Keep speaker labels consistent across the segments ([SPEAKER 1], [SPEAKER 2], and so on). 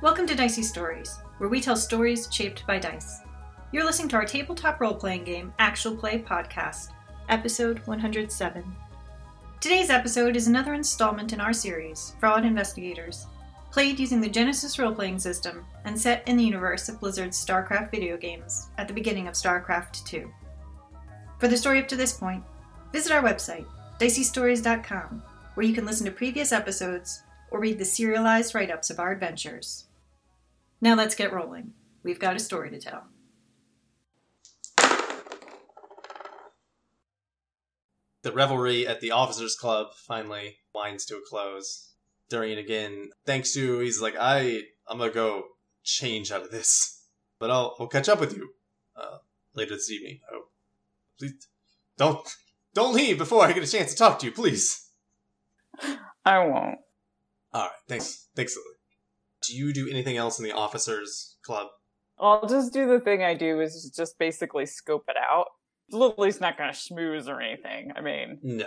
[SPEAKER 1] Welcome to Dicey Stories, where we tell stories shaped by dice. You're listening to our tabletop role playing game, Actual Play Podcast, episode 107. Today's episode is another installment in our series, Fraud Investigators, played using the Genesis role playing system and set in the universe of Blizzard's StarCraft video games at the beginning of StarCraft II. For the story up to this point, visit our website, diceystories.com, where you can listen to previous episodes or read the serialized write ups of our adventures. Now let's get rolling. We've got a story to tell.
[SPEAKER 2] the revelry at the officers club finally winds to a close durian again thanks to he's like i i'm gonna go change out of this but i'll i'll catch up with you uh later this evening oh please don't don't leave before i get a chance to talk to you please
[SPEAKER 3] I won't.
[SPEAKER 2] all right thanks thanks lily do you do anything else in the officers club
[SPEAKER 3] I'll just do the thing I do is just basically scope it out. Lily's not going to schmooze or anything. I mean,
[SPEAKER 2] no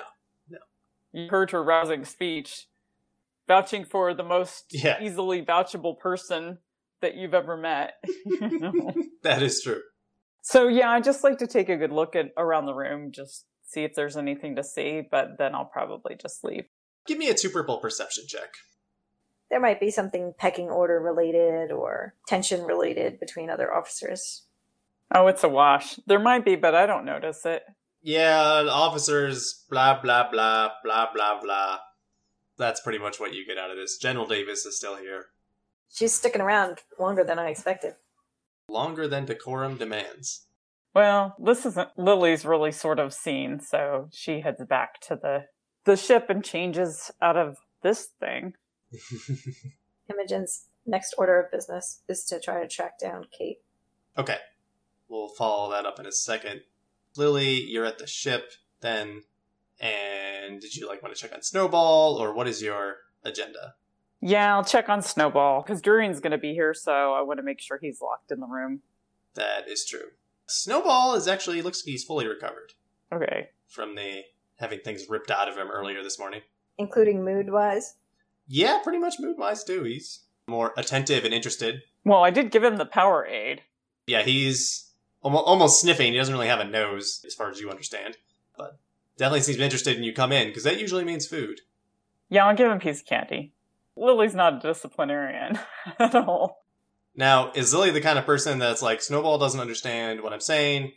[SPEAKER 3] you heard her rousing speech, vouching for the most
[SPEAKER 2] Yeah.
[SPEAKER 3] easily vouchable person that you've ever met. you know?
[SPEAKER 2] that is true
[SPEAKER 3] so yeah, I just like to take a good look at around the room, just see if there's anything to see, but then I'll probably just leave.
[SPEAKER 2] give me a two purple perception check
[SPEAKER 4] There might be something pecking order related or tension related between other officers.
[SPEAKER 3] Oh, it's a wash. There might be, but I don't notice it.
[SPEAKER 2] yeah, officers, blah, blah, blah, blah, blah, blah. That's pretty much what you get out of this. General Davis is still here.
[SPEAKER 4] She's sticking around longer than I expected.
[SPEAKER 2] Longer than decorum demands.
[SPEAKER 3] Well, this isn't Lily's really sort of scene, so she heads back to the the ship and changes out of this thing.
[SPEAKER 4] Imogen's next order of business is to try to track down Kate.
[SPEAKER 2] okay, we'll follow that up in a second. Lily, you're at the ship then, and did you like want to check on Snowball, or what is your agenda?
[SPEAKER 3] Yeah, I'll check on Snowball because Durian's going to be here, so I want to make sure he's locked in the room.
[SPEAKER 2] That is true. Snowball is actually, looks like he's fully recovered
[SPEAKER 3] Okay.
[SPEAKER 2] from the having things ripped out of him earlier this morning.
[SPEAKER 4] including mood wise.
[SPEAKER 2] Yeah, pretty much mood wise too. He's more attentive and interested.
[SPEAKER 3] Well, I did give him the power aid.
[SPEAKER 2] Yeah, he's almo- almost sniffing. He doesn't really have a nose, as far as you understand, but definitely seems interested in you come in because that usually means food.
[SPEAKER 3] Yeah, I'll give him a piece of candy. Lily's not a disciplinarian at all.
[SPEAKER 2] Now, is Lily the kind of person that's like Snowball doesn't understand what I'm saying?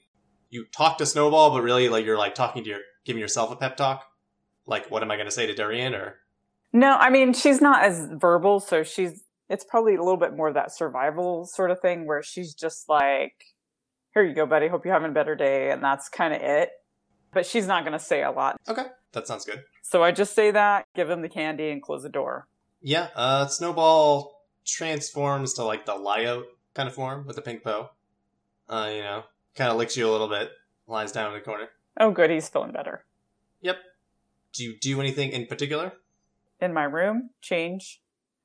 [SPEAKER 2] You talk to Snowball, but really, like you're like talking to your giving yourself a pep talk. Like, what am I going to say to Durian? Or
[SPEAKER 3] No, I mean she's not as verbal, so she's it's probably a little bit more of that survival sort of thing where she's just like, "Here you go, buddy. Hope you're having a better day," and that's kind of it. But she's not going to say a lot.
[SPEAKER 2] that sounds good.
[SPEAKER 3] So I just say that, give him the candy, and close the door.
[SPEAKER 2] Yeah, uh, Snowball transforms to like the Lyo kind of form with the pink bow. Uh, you know, kind of licks you a little bit, lies down in the corner.
[SPEAKER 3] Oh, good, he's feeling better.
[SPEAKER 2] Do you do anything in particular?
[SPEAKER 3] In my room, change.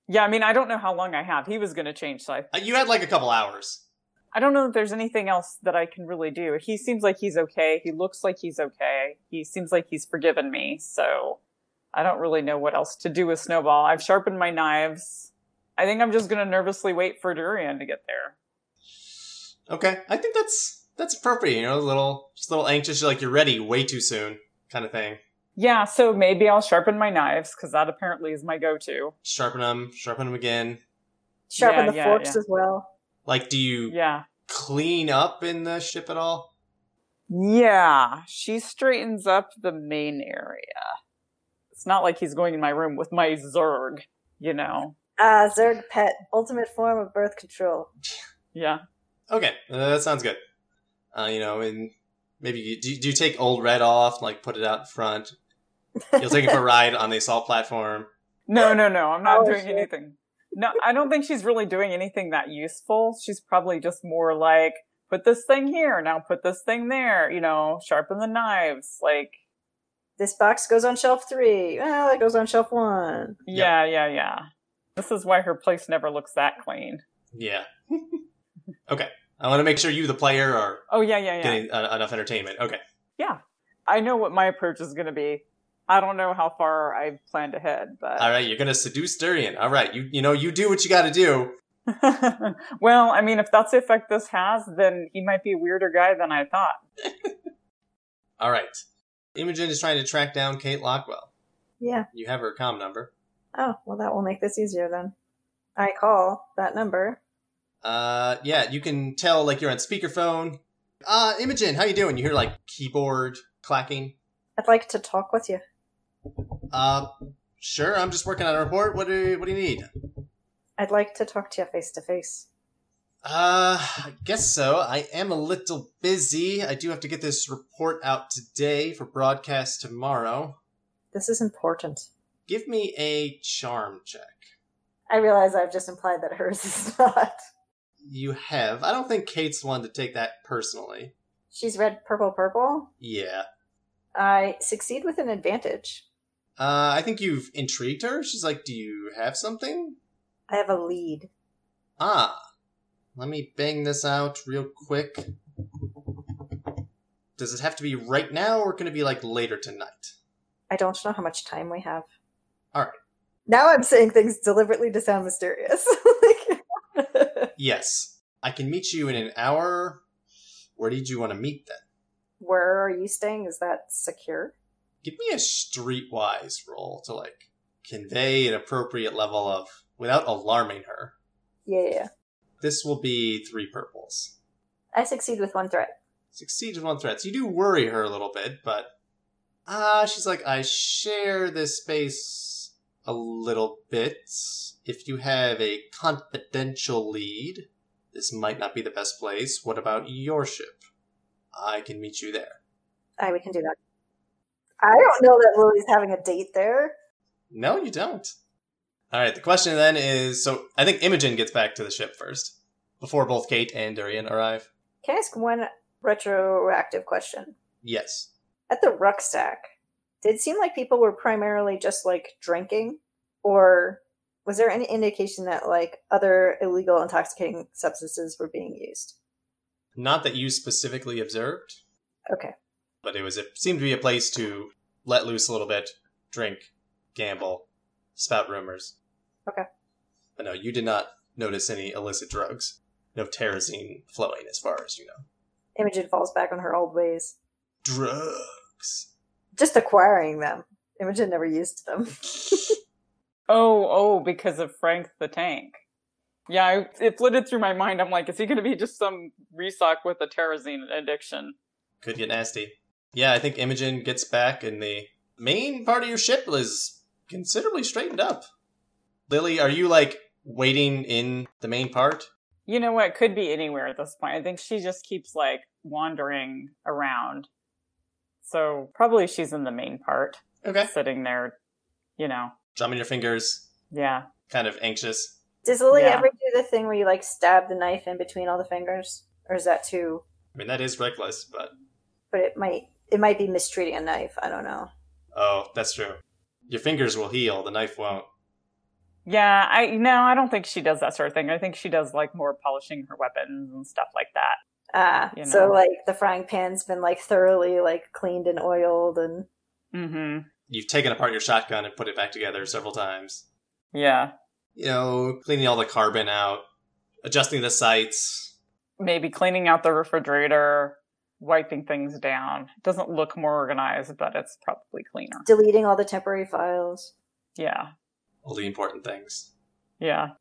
[SPEAKER 3] Yeah, I mean I don't know how long I have. He was going to change, so I,
[SPEAKER 2] Uh, you had like a couple hours.
[SPEAKER 3] I don't know if there's anything else that I can really do. He seems like he's okay. He looks like he's okay. He seems like he's forgiven me. So I don't really know what else to do with Snowball. I've sharpened my knives. I think I'm just going to nervously wait for Durian to get there.
[SPEAKER 2] Okay, I think that's that's appropriate. You know, a little just a little anxious, like you're ready way too soon, kind of thing.
[SPEAKER 3] Yeah, so maybe I'll sharpen my knives because that apparently is my go to.
[SPEAKER 2] Sharpen them, sharpen them again.
[SPEAKER 4] Sharpen
[SPEAKER 3] Yeah,
[SPEAKER 4] the
[SPEAKER 3] yeah,
[SPEAKER 4] forks
[SPEAKER 3] yeah.
[SPEAKER 4] as well.
[SPEAKER 2] Like, do you
[SPEAKER 3] Yeah.
[SPEAKER 2] clean up in the ship at all?
[SPEAKER 3] Yeah, she straightens up the main area. It's not like he's going in my room with my Zerg, you know?
[SPEAKER 4] Ah, Zerg pet, ultimate form of birth control.
[SPEAKER 3] Yeah.
[SPEAKER 2] Okay, uh, that sounds good. Uh, you know, and maybe you, do, do you take old red off, like put it out front? You'll take it for a ride on the assault platform.
[SPEAKER 3] No, no, no. I'm not
[SPEAKER 4] Oh,
[SPEAKER 3] doing
[SPEAKER 4] shit.
[SPEAKER 3] anything. No, I don't think she's really doing anything that useful. She's probably just more like, put this thing here, now put this thing there, you know, sharpen the knives. Like,
[SPEAKER 4] This box goes on shelf three. Well, it goes on shelf one.
[SPEAKER 2] Yep.
[SPEAKER 3] yeah, yeah, yeah. This is why her place never looks that clean.
[SPEAKER 2] Yeah. okay, I want to make sure you, the player, are
[SPEAKER 3] Oh, yeah, yeah, yeah.
[SPEAKER 2] getting uh, enough entertainment. Okay.
[SPEAKER 3] I know what my approach is going to be. I don't know how far I've planned ahead, but
[SPEAKER 2] All right, you're gonna seduce Durian. All right, you you know you do what you got to do.
[SPEAKER 3] well, I mean, if that's the effect this has, then he might be a weirder guy than I thought.
[SPEAKER 2] All right. Imogen is trying to track down Kate Lockwell.
[SPEAKER 4] Yeah.
[SPEAKER 2] You have her com number.
[SPEAKER 4] Oh, well, that will make this easier then. I call that number.
[SPEAKER 2] Uh, yeah, you can tell like you're on speakerphone. Uh, Imogen, how you doing? You hear like keyboard clacking.
[SPEAKER 4] I'd like to talk with you.
[SPEAKER 2] Uh, sure. I'm just working on a report. What do What do you need?
[SPEAKER 4] I'd like to talk to you face to face.
[SPEAKER 2] Uh, I guess so. I am a little busy. I do have to get this report out today for broadcast tomorrow.
[SPEAKER 4] This is important.
[SPEAKER 2] Give me a charm check.
[SPEAKER 4] I realize I've just implied that hers is not.
[SPEAKER 2] You have. I don't think Kate's one to take that personally.
[SPEAKER 4] She's read purple purple.
[SPEAKER 2] Yeah.
[SPEAKER 4] I succeed with an advantage.
[SPEAKER 2] Uh, I think you've intrigued her. She's like, "Do you have something?"
[SPEAKER 4] I have a lead.
[SPEAKER 2] Ah, let me bang this out real quick. Does it have to be right now, or can it be like later tonight?
[SPEAKER 4] I don't know how much time we have.
[SPEAKER 2] All right.
[SPEAKER 4] Now I'm saying things deliberately to sound mysterious. Like-
[SPEAKER 2] Yes, I can meet you in an hour. Where did you want to meet then?
[SPEAKER 4] Where are you staying? Is that secure?
[SPEAKER 2] Give me a streetwise roll to like convey an appropriate level of without alarming her.
[SPEAKER 4] Yeah, yeah. yeah.
[SPEAKER 2] This will be three purples.
[SPEAKER 4] I succeed with one threat.
[SPEAKER 2] Succeed with one threat. So you do worry her a little bit, but ah, she's like, I share this space a little bit. If you have a confidential lead, this might not be the best place. What about your ship? I can meet you there.
[SPEAKER 4] I we can do that. I don't know that Lily's having a date there.
[SPEAKER 2] No, you don't. All right. The question then is: so I think Imogen gets back to the ship first before both Kate and Durian arrive.
[SPEAKER 4] Can I ask one retroactive question?
[SPEAKER 2] Yes.
[SPEAKER 4] At the rucksack, did it seem like people were primarily just like drinking, or was there any indication that like other illegal intoxicating substances were being used?
[SPEAKER 2] Not that you specifically observed,
[SPEAKER 4] Okay,
[SPEAKER 2] but it was it seemed to be a place to let loose a little bit, drink, gamble, spout rumors.
[SPEAKER 4] Okay.
[SPEAKER 2] But no, you did not notice any illicit drugs. No terrazine flowing, as far as you know.
[SPEAKER 4] Imogen falls back on her old ways,
[SPEAKER 2] Drugs.
[SPEAKER 4] just acquiring them. Imogen never used them.
[SPEAKER 3] Oh, oh, because of Frank the Tank. Yeah, I, it flitted through my mind. I'm like, is he going to be just some resoc with a terrazine addiction?
[SPEAKER 2] Could get nasty. Yeah, I think Imogen gets back, and the main part of your ship is considerably straightened up. Lily, are you like waiting in the main part?
[SPEAKER 3] You know what? Could be anywhere at this point. I think she just keeps like wandering around. So probably she's in the main part,
[SPEAKER 2] Okay.
[SPEAKER 3] sitting there, you know.
[SPEAKER 2] Drumming your fingers,
[SPEAKER 3] Yeah.
[SPEAKER 2] kind of anxious.
[SPEAKER 4] Does Lily
[SPEAKER 3] Yeah.
[SPEAKER 4] ever do the thing where you like stab the knife in between all the fingers, or is that too?
[SPEAKER 2] I mean, that is reckless, but
[SPEAKER 4] But it might it might be mistreating a knife. I don't know.
[SPEAKER 2] oh, that's true. Your fingers will heal, the knife won't.
[SPEAKER 3] Yeah, I no, I don't think she does that sort of thing. I think she does like more polishing her weapons and stuff like that.
[SPEAKER 4] Ah,
[SPEAKER 3] You
[SPEAKER 4] so
[SPEAKER 3] know.
[SPEAKER 4] like the frying pan's been like thoroughly like cleaned and oiled, and
[SPEAKER 3] Mhm.
[SPEAKER 2] You've taken apart your shotgun and put it back together several times.
[SPEAKER 3] Yeah.
[SPEAKER 2] You know, cleaning all the carbon out, adjusting the sights.
[SPEAKER 3] Maybe cleaning out the refrigerator, wiping things down. It doesn't look more organized, but it's probably cleaner.
[SPEAKER 4] deleting all the temporary files.
[SPEAKER 3] Yeah.
[SPEAKER 2] All the important things.
[SPEAKER 3] Yeah.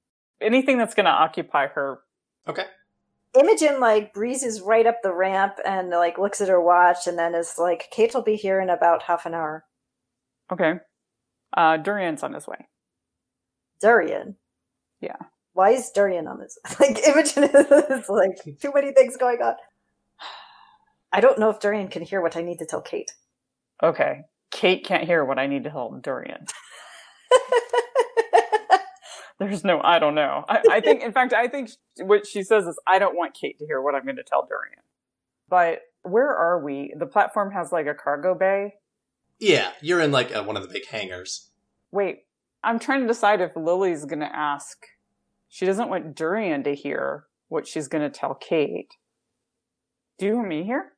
[SPEAKER 3] Anything that's going to occupy her.
[SPEAKER 4] Imogen like breezes right up the ramp and like looks at her watch, and then is like, "Kate will be here in about half an hour."
[SPEAKER 3] Okay. Uh Durian's on his way.
[SPEAKER 4] Durian.
[SPEAKER 3] Yeah.
[SPEAKER 4] Why is Durian on this? Like Imogen is like too many things going on. I don't know if Durian can hear what I need to tell Kate.
[SPEAKER 3] Okay. Kate can't hear what I need to help Durian. There's no, I don't know. I, I think, in fact, I think what she says is, I don't want Kate to hear what I'm going to tell Durian. But where are we? The platform has like a cargo bay.
[SPEAKER 2] Yeah, you're in like uh one of the big hangars.
[SPEAKER 3] Wait, I'm trying to decide if Lily's going to ask. She doesn't want Durian to hear what she's going to tell Kate. Do you want me here?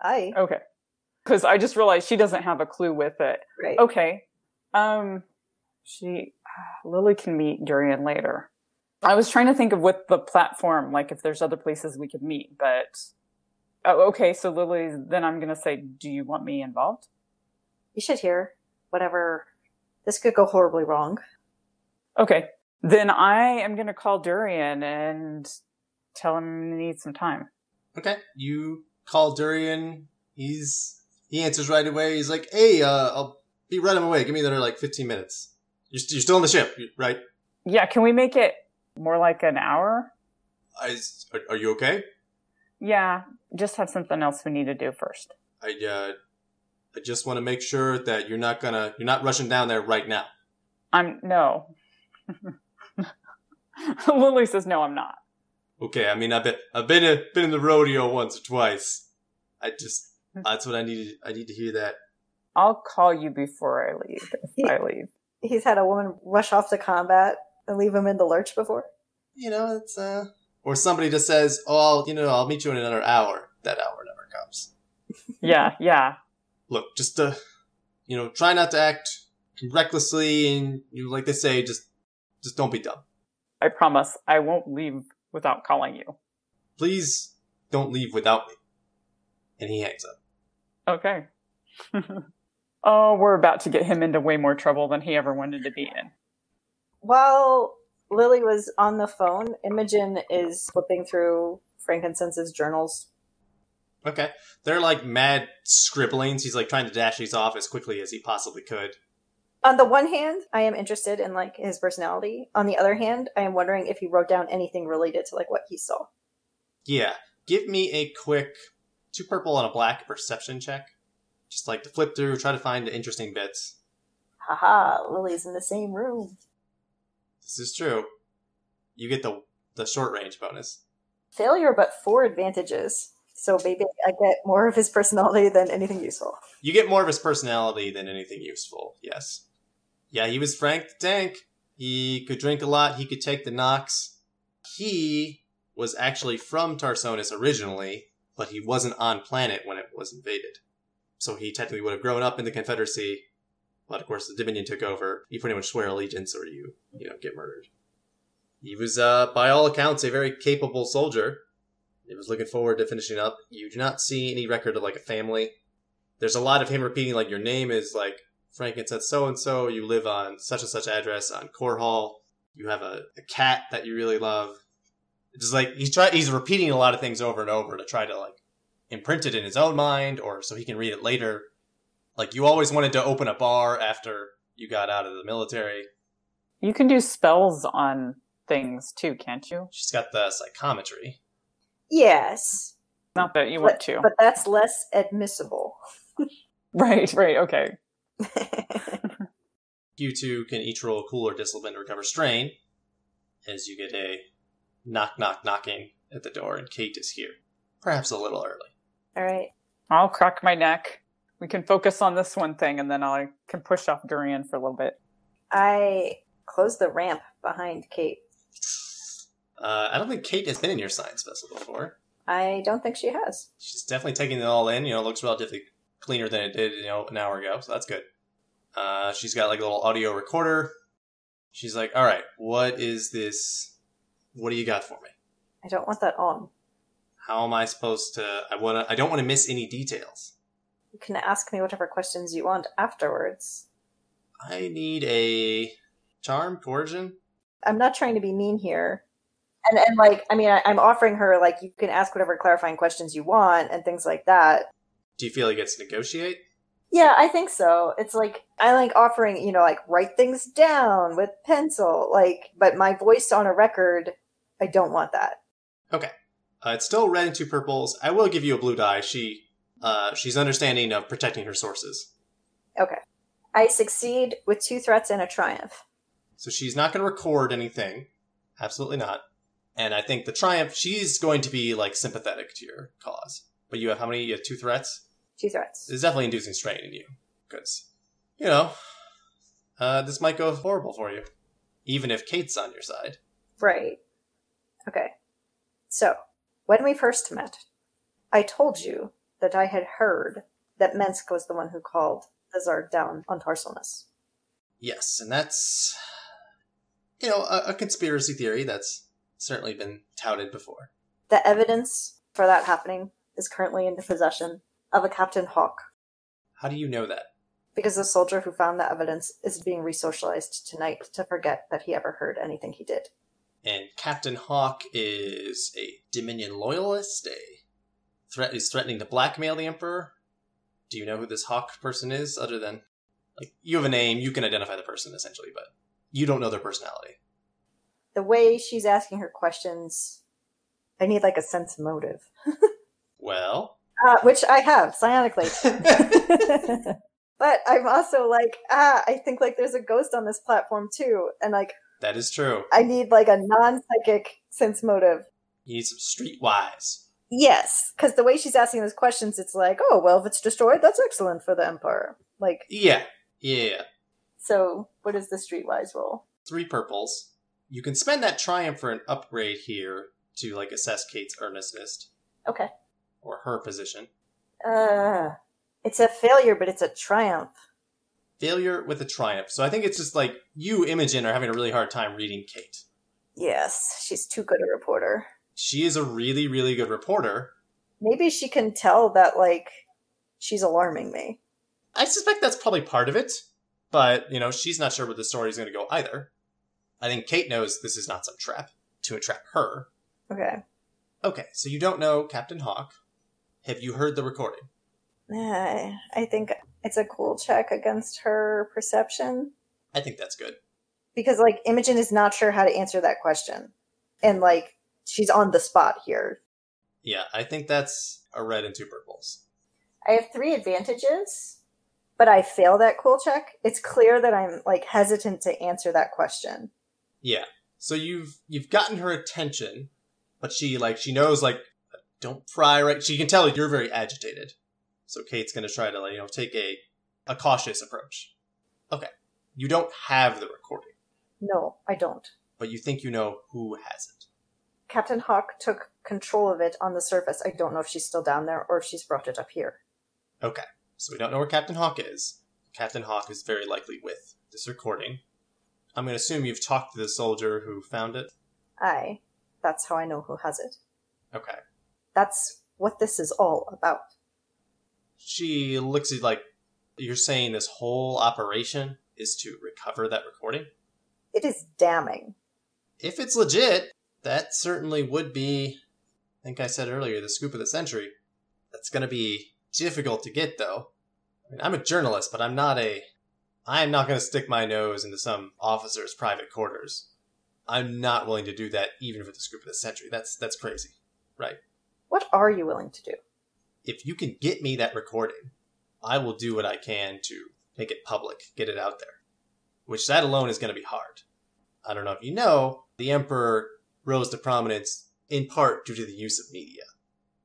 [SPEAKER 4] I
[SPEAKER 3] Okay. Because I just realized she doesn't have a clue with it.
[SPEAKER 4] right.
[SPEAKER 3] Okay. Um, she Lily can meet Durian later. I was trying to think of what the platform, like if there's other places we could meet, but oh, okay. So Lily, then I'm gonna say, do you want me involved?
[SPEAKER 4] You should hear whatever. This could go horribly wrong.
[SPEAKER 3] Okay, then I am gonna call Durian and tell him he needs some time.
[SPEAKER 2] Okay. You call Durian. He's he answers right away. He's like, "Hey, uh, I'll be right on my way. Give me another like 15 minutes. You're, st- you're still on the ship, you- right?
[SPEAKER 3] Yeah, can we make it more like an hour?
[SPEAKER 2] I, s- are, are you okay?
[SPEAKER 3] Yeah, just have something else we need to do first.
[SPEAKER 2] I uh, I just want to make sure that you're not gonna you're not rushing down there right now.
[SPEAKER 3] I'm no. Lily says no, I'm not.
[SPEAKER 2] Okay. I mean, I've been I've been a, been in the rodeo once or twice. I just that's what I needed. I need to hear that.
[SPEAKER 3] I'll call you before I leave. If I leave.
[SPEAKER 4] He's had a woman rush off to combat and leave him in the lurch before.
[SPEAKER 2] You know, it's uh, or somebody just says, "Oh, I'll, you know, I'll meet you in another hour." That hour never comes.
[SPEAKER 3] Yeah, yeah.
[SPEAKER 2] look, just uh, you know, try not to act recklessly, and you know, like they say, just just don't be dumb.
[SPEAKER 3] I promise I won't leave without calling you.
[SPEAKER 2] Please don't leave without me. And he hangs up.
[SPEAKER 3] Okay. oh, we're about to get him into way more trouble than he ever wanted to be in.
[SPEAKER 4] While Lily was on the phone, Imogen is flipping through Frankincense's journals.
[SPEAKER 2] Okay, they're like mad scribblings. He's like trying to dash these off as quickly as he possibly could.
[SPEAKER 4] On the one hand, I am interested in like his personality. On the other hand, I am wondering if he wrote down anything related to like what he saw.
[SPEAKER 2] Yeah, give me a quick two purple and a black perception check. Just like to flip through, try to find interesting bits.
[SPEAKER 4] Haha, Lily's in the same room.
[SPEAKER 2] This is true. You get the the short range bonus.
[SPEAKER 4] Failure, but four advantages. So maybe I get more of his personality than anything useful.
[SPEAKER 2] You get more of his personality than anything useful. Yes. Yeah, he was Frank the Tank. He could drink a lot. He could take the knocks. He was actually from Tarsonis originally, but he wasn't on planet when it was invaded. So he technically would have grown up in the Confederacy. But of course, the Dominion took over. You pretty much swear allegiance, or you, you know, get murdered. He was, uh, by all accounts, a very capable soldier. He was looking forward to finishing up. You do not see any record of like a family there's a lot of him repeating like your name is like frankincense so and so you live on such and such address on core hall you have a, a cat that you really love it's just like he's try he's repeating a lot of things over and over to try to like imprint it in his own mind or so he can read it later like you always wanted to open a bar after you got out of the military
[SPEAKER 3] You can do spells on things too, can't you?
[SPEAKER 2] she's got the psychometry
[SPEAKER 4] Yes,
[SPEAKER 3] Not that you want
[SPEAKER 4] but,
[SPEAKER 3] to.
[SPEAKER 4] but that's less admissible.
[SPEAKER 3] Right, right, okay.
[SPEAKER 2] you two can each roll cool or discipline to recover strain as you get a knock knock knocking at the door and kate is here perhaps a little early
[SPEAKER 4] All right.
[SPEAKER 3] I'll crack my neck. We can focus on this one thing and then I can push off Durian for a little bit.
[SPEAKER 4] I close the ramp behind Kate.
[SPEAKER 2] Uh, I don't think Kate has been in your science vessel before.
[SPEAKER 4] I don't think she has.
[SPEAKER 2] She's definitely taking it all in. You know, it looks relatively cleaner than it did, you know, an hour ago, so that's good. Uh, she's got like a little audio recorder. She's like, "All right, what is this? What do you got for me?
[SPEAKER 4] I don't want that on.
[SPEAKER 2] How am I supposed to? I want to. I don't want to miss any details.
[SPEAKER 4] You can ask me whatever questions you want afterwards.
[SPEAKER 2] I need a charm, coercion.
[SPEAKER 4] I'm not trying to be mean here. And, and like, I mean, I, I'm offering her, like, you can ask whatever clarifying questions you want and things like that.
[SPEAKER 2] Do you feel like it's negotiate?
[SPEAKER 4] Yeah, I think so. It's like, I like offering, you know, like, write things down with pencil, like, but my voice on a record, I don't want that.
[SPEAKER 2] Uh, it's still red and two purples. I will give you a blue die. She, uh, she's understanding of protecting her sources."
[SPEAKER 4] Okay. I succeed with two threats and a triumph.
[SPEAKER 2] So she's not going to record anything. Absolutely not. And I think the triumph, she's going to be like sympathetic to your cause. But you have how many? You have two threats?
[SPEAKER 4] Two threats.
[SPEAKER 2] It's definitely inducing strain in you. Because, you know, uh, this might go horrible for you. Even if Kate's on your side.
[SPEAKER 4] Right. Okay. So, when we first met, I told you that I had heard that Mensk was the one who called the Tsar down on Tarsilus.
[SPEAKER 2] Yes, and that's. you know, a, a conspiracy theory that's certainly been touted before.
[SPEAKER 4] The evidence for that happening is currently in the possession of a Captain Hawk
[SPEAKER 2] How do you know that?
[SPEAKER 4] because the soldier who found the evidence is being resocialized tonight to forget that he ever heard anything he did.
[SPEAKER 2] And Captain Hawk is a Dominion loyalist. A threat is threatening to blackmail the Emperor. Do you know who this Hawk person is, other than like you have a name, you can identify the person essentially, but you don't know their personality.
[SPEAKER 4] The way she's asking her questions, I need like a sense motive,
[SPEAKER 2] Well,
[SPEAKER 4] uh, which I have psionically. but I'm also like, ah, I think like there's a ghost on this platform too, and like
[SPEAKER 2] that is true.
[SPEAKER 4] I need like a non psychic sense motive.
[SPEAKER 2] You need some streetwise.
[SPEAKER 4] Yes, because the way she's asking those questions, it's like, oh well, if it's destroyed, that's excellent for the Empire. Like,
[SPEAKER 2] Yeah, yeah, yeah.
[SPEAKER 4] so what is the streetwise role?
[SPEAKER 2] Three purples. You can spend that triumph for an upgrade here to like assess Kate's earnestness
[SPEAKER 4] Okay.
[SPEAKER 2] or her position.
[SPEAKER 4] Uh, it's a failure, but it's a triumph.
[SPEAKER 2] Failure with a triumph. So I think it's just like you, Imogen, are having a really hard time reading Kate.
[SPEAKER 4] Yes, she's too good a reporter.
[SPEAKER 2] she is a really really good reporter
[SPEAKER 4] Maybe she can tell that, like, she's alarming me.
[SPEAKER 2] i suspect that's probably part of it but you know she's not sure where the story is going to go either i think kate knows this is not some trap to entrap her
[SPEAKER 4] Okay.
[SPEAKER 2] okay so you don't know captain hawk have you heard the recording
[SPEAKER 4] Uh, I think it's a cool check against her perception
[SPEAKER 2] i think that's good
[SPEAKER 4] because, like, Imogen is not sure how to answer that question. And, like, she's on the spot here.
[SPEAKER 2] yeah i think that's a red and two purples
[SPEAKER 4] I have three advantages, but I fail that cool check. It's clear that I'm, like, hesitant to answer that question.
[SPEAKER 2] yeah so you've you've gotten her attention but she like she knows like don't pry right she can tell you're very agitated so kate's going to try to like you know take a a cautious approach okay you don't have the recording
[SPEAKER 4] No, I don't.
[SPEAKER 2] but you think you know who has it
[SPEAKER 4] Captain Hawk took control of it on the surface. I don't know if she's still down there or if she's brought it up here.
[SPEAKER 2] so we don't know where captain hawk is captain hawk is very likely with this recording i'm going to assume you've talked to the soldier who found it
[SPEAKER 4] I. That's how I know who has it.
[SPEAKER 2] okay
[SPEAKER 4] That's what this is all about.
[SPEAKER 2] she looks at like you're saying this whole operation is to recover that recording
[SPEAKER 4] It is damning.
[SPEAKER 2] if it's legit, that certainly would be. I think I said earlier the scoop of the century. That's going to be difficult to get, though. I mean, I'm a journalist, but I'm not a. I am not going to stick my nose into some officer's private quarters. I'm not willing to do that, even for the scoop of the century. That's that's crazy.
[SPEAKER 4] What are you willing to do?
[SPEAKER 2] If you can get me that recording, I will do what I can to make it public, get it out there. Which that alone is going to be hard. I don't know if you know, the Emperor rose to prominence in part due to the use of media.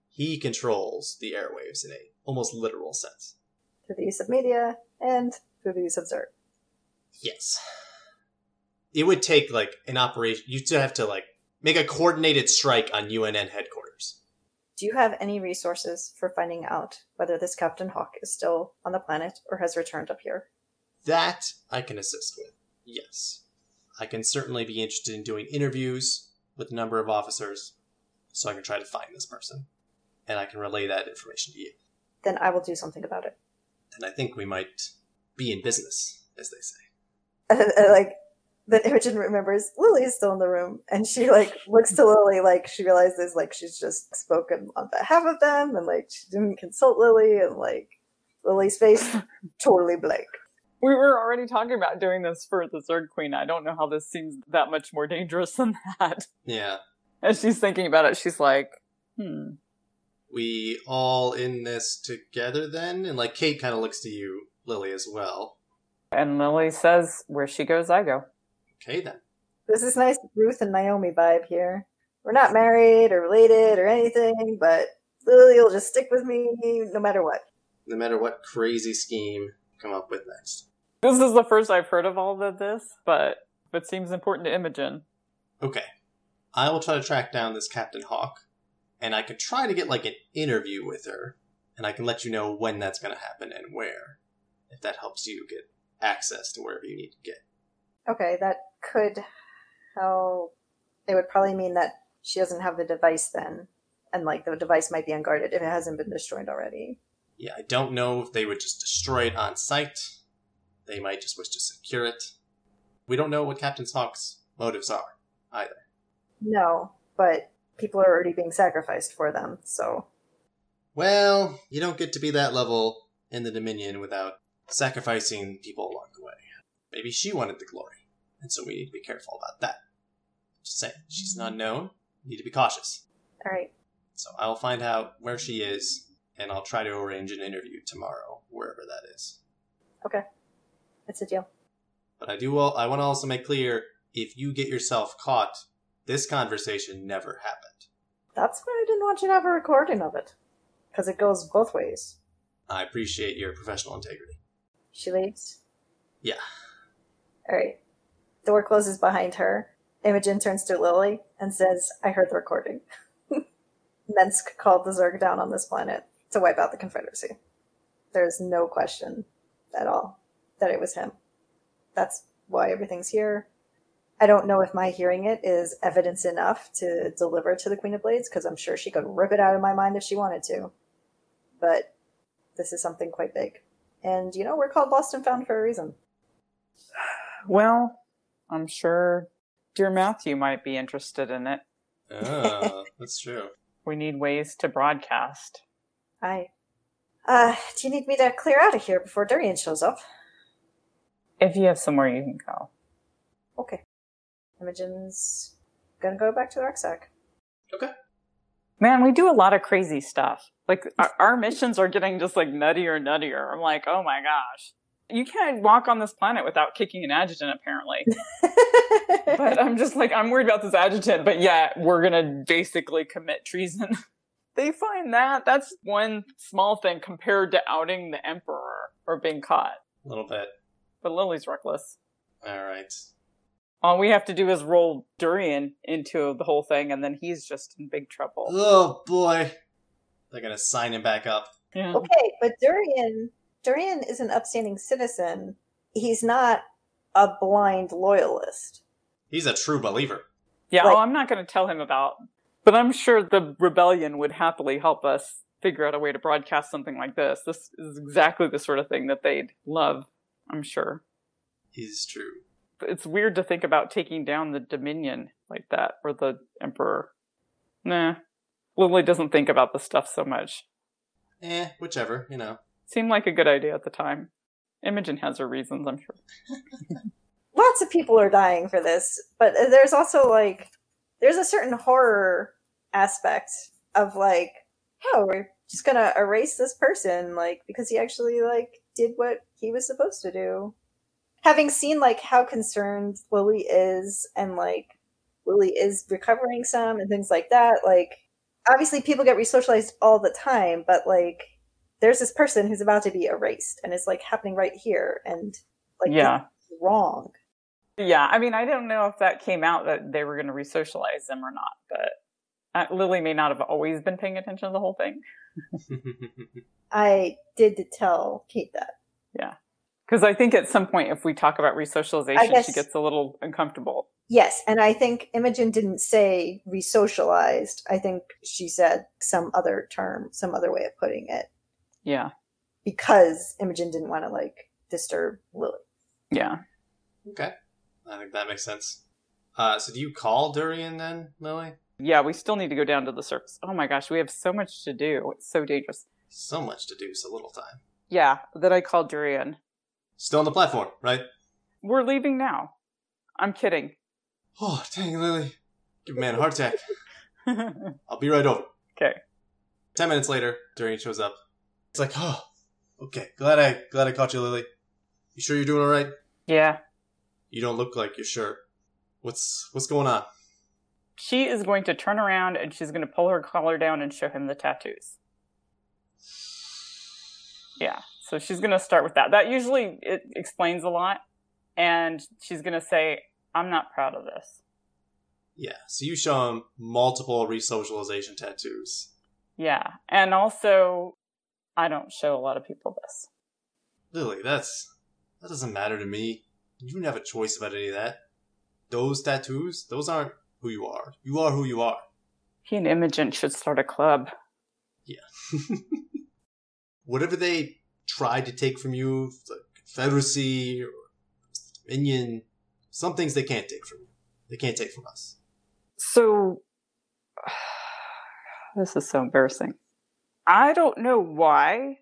[SPEAKER 2] He controls the airwaves in a almost literal sense.
[SPEAKER 4] Through the use of media and through the use of Zerg.
[SPEAKER 2] Yes. It would take like an operation. You'd have to like make a coordinated strike on UNN headquarters.
[SPEAKER 4] Do you have any resources for finding out whether this Captain Hawk is still on the planet or has returned up here?
[SPEAKER 2] That I can assist with. Yes. I can certainly be interested in doing interviews with a number of officers so I can try to find this person. And I can relay that information to you.
[SPEAKER 4] Then I will do something about it.
[SPEAKER 2] And I think we might be in business, as they say.
[SPEAKER 4] like that Imogen remembers Lily is still in the room and she like looks to Lily like she realizes like she's just spoken on behalf of them and like she didn't consult Lily and like Lily's face totally blank.
[SPEAKER 3] We were already talking about doing this for the Zerg Queen. I don't know how this seems that much more dangerous than that.
[SPEAKER 2] Yeah.
[SPEAKER 3] As she's thinking about it, she's like, hmm.
[SPEAKER 2] We all in this together then? And like Kate kind of looks to you, Lily, as well.
[SPEAKER 3] And Lily says, Where she goes, I go.
[SPEAKER 2] Okay then.
[SPEAKER 4] There's this nice Ruth and Naomi vibe here. We're not married or related or anything, but Lily will just stick with me no matter what.
[SPEAKER 2] No matter what crazy scheme you come up with next.
[SPEAKER 3] This is the first I've heard of all of this, but it seems important to Imogen.
[SPEAKER 2] Okay. I will try to track down this Captain Hawk, and I can try to get like an interview with her, and I can let you know when that's going to happen and where, if that helps you get access to wherever you need to get.
[SPEAKER 4] Okay, that could how it would probably mean that she doesn't have the device then, and like the device might be unguarded if it hasn't been destroyed already.
[SPEAKER 2] Yeah, I don't know if they would just destroy it on sight. They might just wish to secure it. We don't know what Captain Hawk's motives are either.
[SPEAKER 4] No, but people are already being sacrificed for them, so
[SPEAKER 2] Well, you don't get to be that level in the Dominion without sacrificing people along the way. Maybe she wanted the glory, and so we need to be careful about that. Just saying, she's an unknown. Need to be cautious.
[SPEAKER 4] all right.
[SPEAKER 2] So I'll find out where she is, and I'll try to arrange an interview tomorrow, wherever that is.
[SPEAKER 4] It's a deal.
[SPEAKER 2] But I do. All, I want to also make clear: if you get yourself caught, this conversation never happened.
[SPEAKER 4] That's why I didn't want you to have a recording of it. Because it goes both ways.
[SPEAKER 2] I appreciate your professional integrity.
[SPEAKER 4] She leaves.
[SPEAKER 2] Yeah.
[SPEAKER 4] Alright. Door closes behind her. Imogen turns to Lily and says, I heard the recording. Mensk called the Zerg down on this planet to wipe out the Confederacy. There's no question at all that it was him. That's why everything's here. I don't know if my hearing it is evidence enough to deliver to the Queen of Blades, because I'm sure she could rip it out of my mind if she wanted to. But this is something quite big. And, you know, we're called Lost and Found for a reason.
[SPEAKER 3] Well, I'm sure dear Matthew might be interested in it.
[SPEAKER 2] Oh, that's true.
[SPEAKER 3] We need ways to broadcast.
[SPEAKER 4] Hi. Uh, do you need me to clear out of here before Durian shows up?
[SPEAKER 3] If you have somewhere you can go.
[SPEAKER 4] Okay. Imogen's gonna go back to the rucksack.
[SPEAKER 3] Man, we do a lot of crazy stuff. Like our, our missions are getting just like nuttier and nuttier. I'm like, oh my gosh. You can't walk on this planet without kicking an adjutant, apparently. but um, I'm just like, I'm worried about this adjutant, but yeah, we're gonna basically commit treason. they find that that's one small thing compared to outing the Emperor or being caught.
[SPEAKER 2] A little bit.
[SPEAKER 3] But Lily's reckless.
[SPEAKER 2] All right.
[SPEAKER 3] All we have to do is roll Durian into the whole thing, and then he's just in big trouble.
[SPEAKER 2] Oh boy, they're gonna sign him back up.
[SPEAKER 3] Yeah.
[SPEAKER 4] okay, but Durian Durian is an upstanding citizen. He's not a blind loyalist.
[SPEAKER 2] He's a true believer.
[SPEAKER 3] Yeah,
[SPEAKER 4] Like-
[SPEAKER 3] oh, I'm not going to tell him about, but I'm sure the rebellion would happily help us figure out a way to broadcast something like this. This is exactly the sort of thing that they'd love, I'm sure.
[SPEAKER 2] He's true.
[SPEAKER 3] It's weird to think about taking down the Dominion like that or the Emperor. Nah, Lily doesn't think about the stuff so much.
[SPEAKER 2] Eh, whichever you know.
[SPEAKER 3] Seemed like a good idea at the time. Imogen has her reasons, I'm sure.
[SPEAKER 4] Lots of people are dying for this, but there's also like there's a certain horror aspect of like, oh, we're just gonna erase this person, like, because he actually like did what he was supposed to do. Having seen like how concerned Lily is and like Lily is recovering some and things like that, like obviously people get resocialized all the time, but like there's this person who's about to be erased and it's like happening right here and like
[SPEAKER 3] yeah.
[SPEAKER 4] it's wrong.
[SPEAKER 3] Yeah, I mean, I don't know if that came out that they were going to resocialize them or not, but uh, Lily may not have always been paying attention to the whole thing
[SPEAKER 4] I did tell Kate that.
[SPEAKER 3] because I think at some point, if we talk about
[SPEAKER 4] I
[SPEAKER 3] resocialization,
[SPEAKER 4] guess-
[SPEAKER 3] she gets a little uncomfortable.
[SPEAKER 4] Yes, and I think Imogen didn't say resocialized. I think she said some other term, some other way of putting it,
[SPEAKER 3] Yeah,
[SPEAKER 4] because Imogen didn't want to like disturb Lily.
[SPEAKER 3] yeah.
[SPEAKER 2] okay, I think that makes sense. Uh, so do you call Durian then, Lily?
[SPEAKER 3] Yeah, we still need to go down to the surface. Oh my gosh, we have so much to do. It's so dangerous.
[SPEAKER 2] So much to do, so little time.
[SPEAKER 3] Yeah, that I called Durian.
[SPEAKER 2] Still on the platform, right?
[SPEAKER 3] We're leaving now. I'm kidding.
[SPEAKER 2] Oh, dang, Lily. Give a man a heart attack. I'll be right over.
[SPEAKER 3] 'Kay.
[SPEAKER 2] Ten minutes later, Durian shows up. It's like, oh, okay. Glad I glad I caught you, Lily. You sure you're doing all right?
[SPEAKER 3] yeah,
[SPEAKER 2] You don't look like you're sure. What's what's going on?
[SPEAKER 3] she is going to turn around and she's going to pull her collar down and show him the tattoos. Yeah. So she's going to start with that. That usually it explains a lot and she's going to say I'm not proud of this.
[SPEAKER 2] Yeah. So you show him multiple resocialization tattoos.
[SPEAKER 3] Yeah. And also I don't show a lot of people this.
[SPEAKER 2] Lily, that's that doesn't matter to me. You didn't have a choice about any of that. those tattoos, those aren't who you are. You are who you are.
[SPEAKER 3] He and Imogen should start a club.
[SPEAKER 2] Whatever they tried to take from you, the Confederacy, or Dominion, some things they can't take from you. They can't take from us.
[SPEAKER 3] So, this is so embarrassing. I don't know why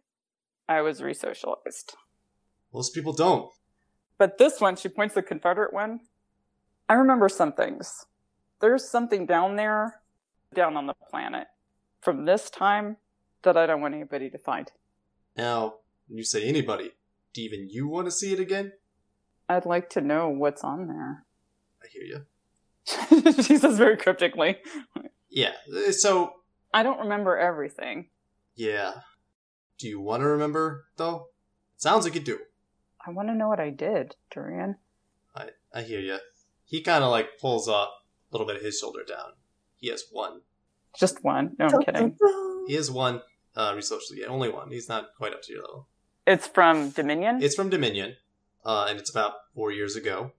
[SPEAKER 3] I was re socialized.
[SPEAKER 2] Most people don't.
[SPEAKER 3] But this one, she points the Confederate one. I remember some things. There's something down there, down on the planet, from this time that I don't want anybody to find.
[SPEAKER 2] Now, when you say anybody, do even you want to see it again?
[SPEAKER 3] I'd like to know what's on there.
[SPEAKER 2] I hear you.
[SPEAKER 3] she says very cryptically.
[SPEAKER 2] Yeah. eh, So,
[SPEAKER 3] I don't remember everything.
[SPEAKER 2] yeah. Do you want to remember, though? Sounds like you do.
[SPEAKER 3] I want to know what I did, Durian.
[SPEAKER 2] I, I hear you. He kind of like pulls up a little bit of his shoulder down. He has one.
[SPEAKER 3] Just one. No, I'm kidding.
[SPEAKER 2] He has one uh, resource. Yeah, only one. He's not quite up to your level.
[SPEAKER 3] It's from Dominion.
[SPEAKER 2] It's from Dominion, uh, and it's about four years ago.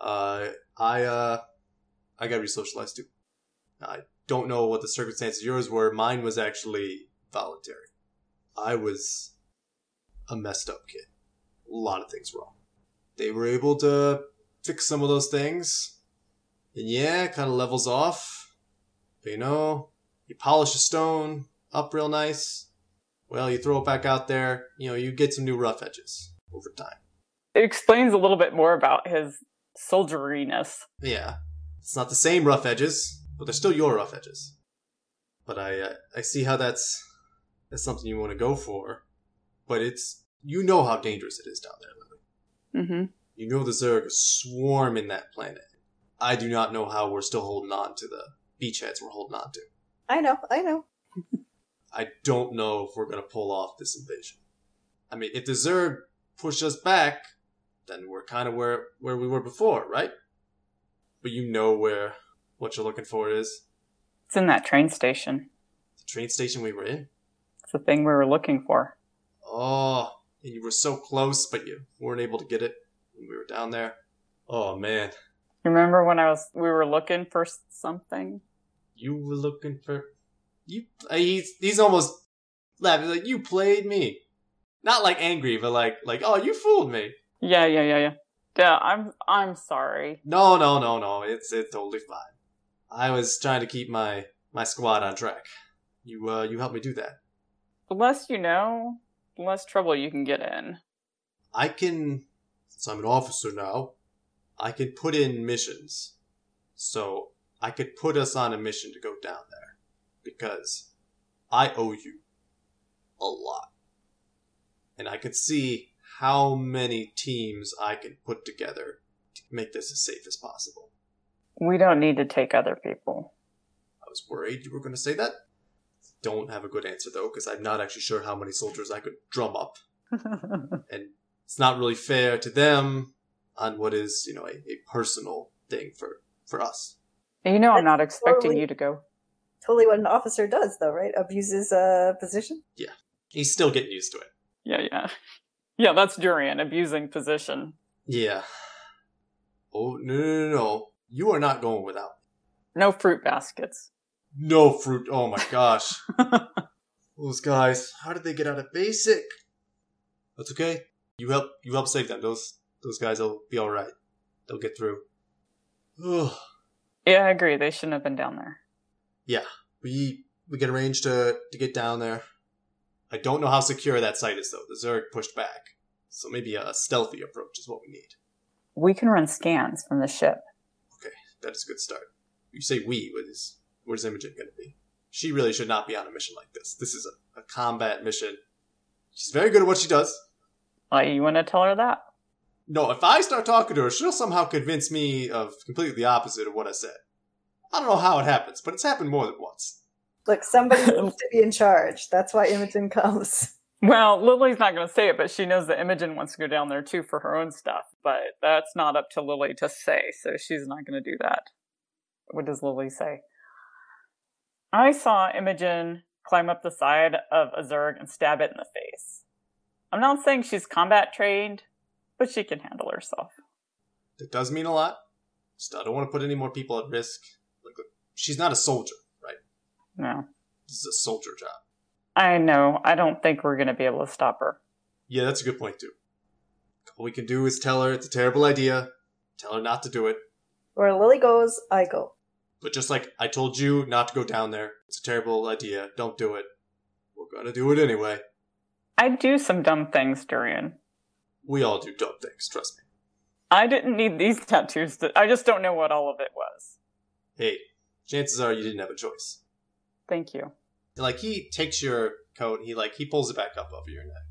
[SPEAKER 2] Uh, I uh, I got resocialized too. I don't know what the circumstances of yours were. Mine was actually voluntary. I was a messed up kid. A lot of things wrong. They were able to fix some of those things, and yeah, kind of levels off. But you know, you polish a stone up real nice. Well, you throw it back out there. You know, you get some new rough edges over time.
[SPEAKER 3] It explains a little bit more about his soldieriness.
[SPEAKER 2] Yeah. It's not the same rough edges, but they're still your rough edges. But I uh, I see how that's that's something you want to go for, but it's you know how dangerous it is down there, Lily.
[SPEAKER 3] Mm-hmm.
[SPEAKER 2] You know the Zerg swarm in that planet. I do not know how we're still holding on to the beachheads we're holding on to.
[SPEAKER 4] I know, I know.
[SPEAKER 2] I don't know if we're gonna pull off this invasion. I mean, if the Zerg push us back, then we're kind of where where we were before, right? But you know where what you're looking for is.
[SPEAKER 3] It's in that train station.
[SPEAKER 2] the train station we were in.
[SPEAKER 3] It's the thing we were looking for.
[SPEAKER 2] Oh, and you were so close, but you weren't able to get it when we were down there. Oh man,
[SPEAKER 3] Remember when I was we were looking for something?
[SPEAKER 2] you were looking for you. uh, He's he's almost laughing like you played me, not like angry, but like like oh you fooled me.
[SPEAKER 3] Yeah, yeah, yeah, yeah. Yeah, I'm I'm sorry.
[SPEAKER 2] No, no, no, no. It's it's totally fine. I was trying to keep my my squad on track. You uh you helped me do that.
[SPEAKER 3] The less you know, the less trouble you can get in.
[SPEAKER 2] I can, since I'm an officer now, I can put in missions. So I could put us on a mission to go down there because I owe you a lot. And I could see how many teams I can put together to make this as safe as possible.
[SPEAKER 3] We don't need to take other people.
[SPEAKER 2] I was worried you were going to say that. Don't have a good answer though, because I'm not actually sure how many soldiers I could drum up and it's not really fair to them on what is you know a, a personal thing for for us
[SPEAKER 3] you know I'm not expecting
[SPEAKER 4] Totally.
[SPEAKER 3] you to go.
[SPEAKER 4] Totally what an officer does, though, right? Abuses a position.
[SPEAKER 2] he's still getting used to it
[SPEAKER 3] Yeah, yeah. Yeah, that's Durian abusing position.
[SPEAKER 2] yeah oh no no no, no. you are not going without
[SPEAKER 3] No fruit baskets.
[SPEAKER 2] no fruit oh my gosh those guys how did they get out of basic that's okay you help you help save them those those guys will be all right they'll get through Ugh.
[SPEAKER 3] Yeah, I agree. They shouldn't have been down there.
[SPEAKER 2] we we can arrange to to get down there. I don't know how secure that site is though. The Zerg pushed back, so maybe a stealthy approach is what we need.
[SPEAKER 3] We can run scans from the ship.
[SPEAKER 2] That is a good start. You say we? What is where's Imogen going to be? She really should not be on a mission like this. This is a, a combat mission. She's very good at what she does.
[SPEAKER 3] Why you want to tell her that?
[SPEAKER 2] No, if I start talking to her, she'll somehow convince me of completely the opposite of what I said. I don't know how it happens, but it's happened more than once.
[SPEAKER 4] Look, somebody needs to be in charge. That's why Imogen comes.
[SPEAKER 3] Well, Lily's not going to say it, but she knows that Imogen wants to go down there too for her own stuff. But that's not up to Lily to say, so she's not going to do that. What does Lily say? I saw Imogen climb up the side of a Zerg and stab it in the face. I'm not saying she's combat trained, but she can handle herself.
[SPEAKER 2] That does mean a lot. Just, I don't want to put any more people at risk. Like, she's not a soldier, right?
[SPEAKER 3] No,
[SPEAKER 2] This is a soldier job.
[SPEAKER 3] I know. I don't think we're going to be able to stop her.
[SPEAKER 2] Yeah, that's a good point, too. All we can do is tell her it's a terrible idea, tell her not to do it.
[SPEAKER 4] Where Lily goes, I go.
[SPEAKER 2] But just like I told you not to go down there, it's a terrible idea, don't do it. We're gonna do it anyway.
[SPEAKER 3] I do some dumb things, Durian.
[SPEAKER 2] We all do dumb things, trust me.
[SPEAKER 3] I didn't need these tattoos. To, I just don't know what all of it was.
[SPEAKER 2] Hey, chances are you didn't have a choice.
[SPEAKER 3] Thank you.
[SPEAKER 2] And, like he takes your coat and he like he pulls it back up over your neck.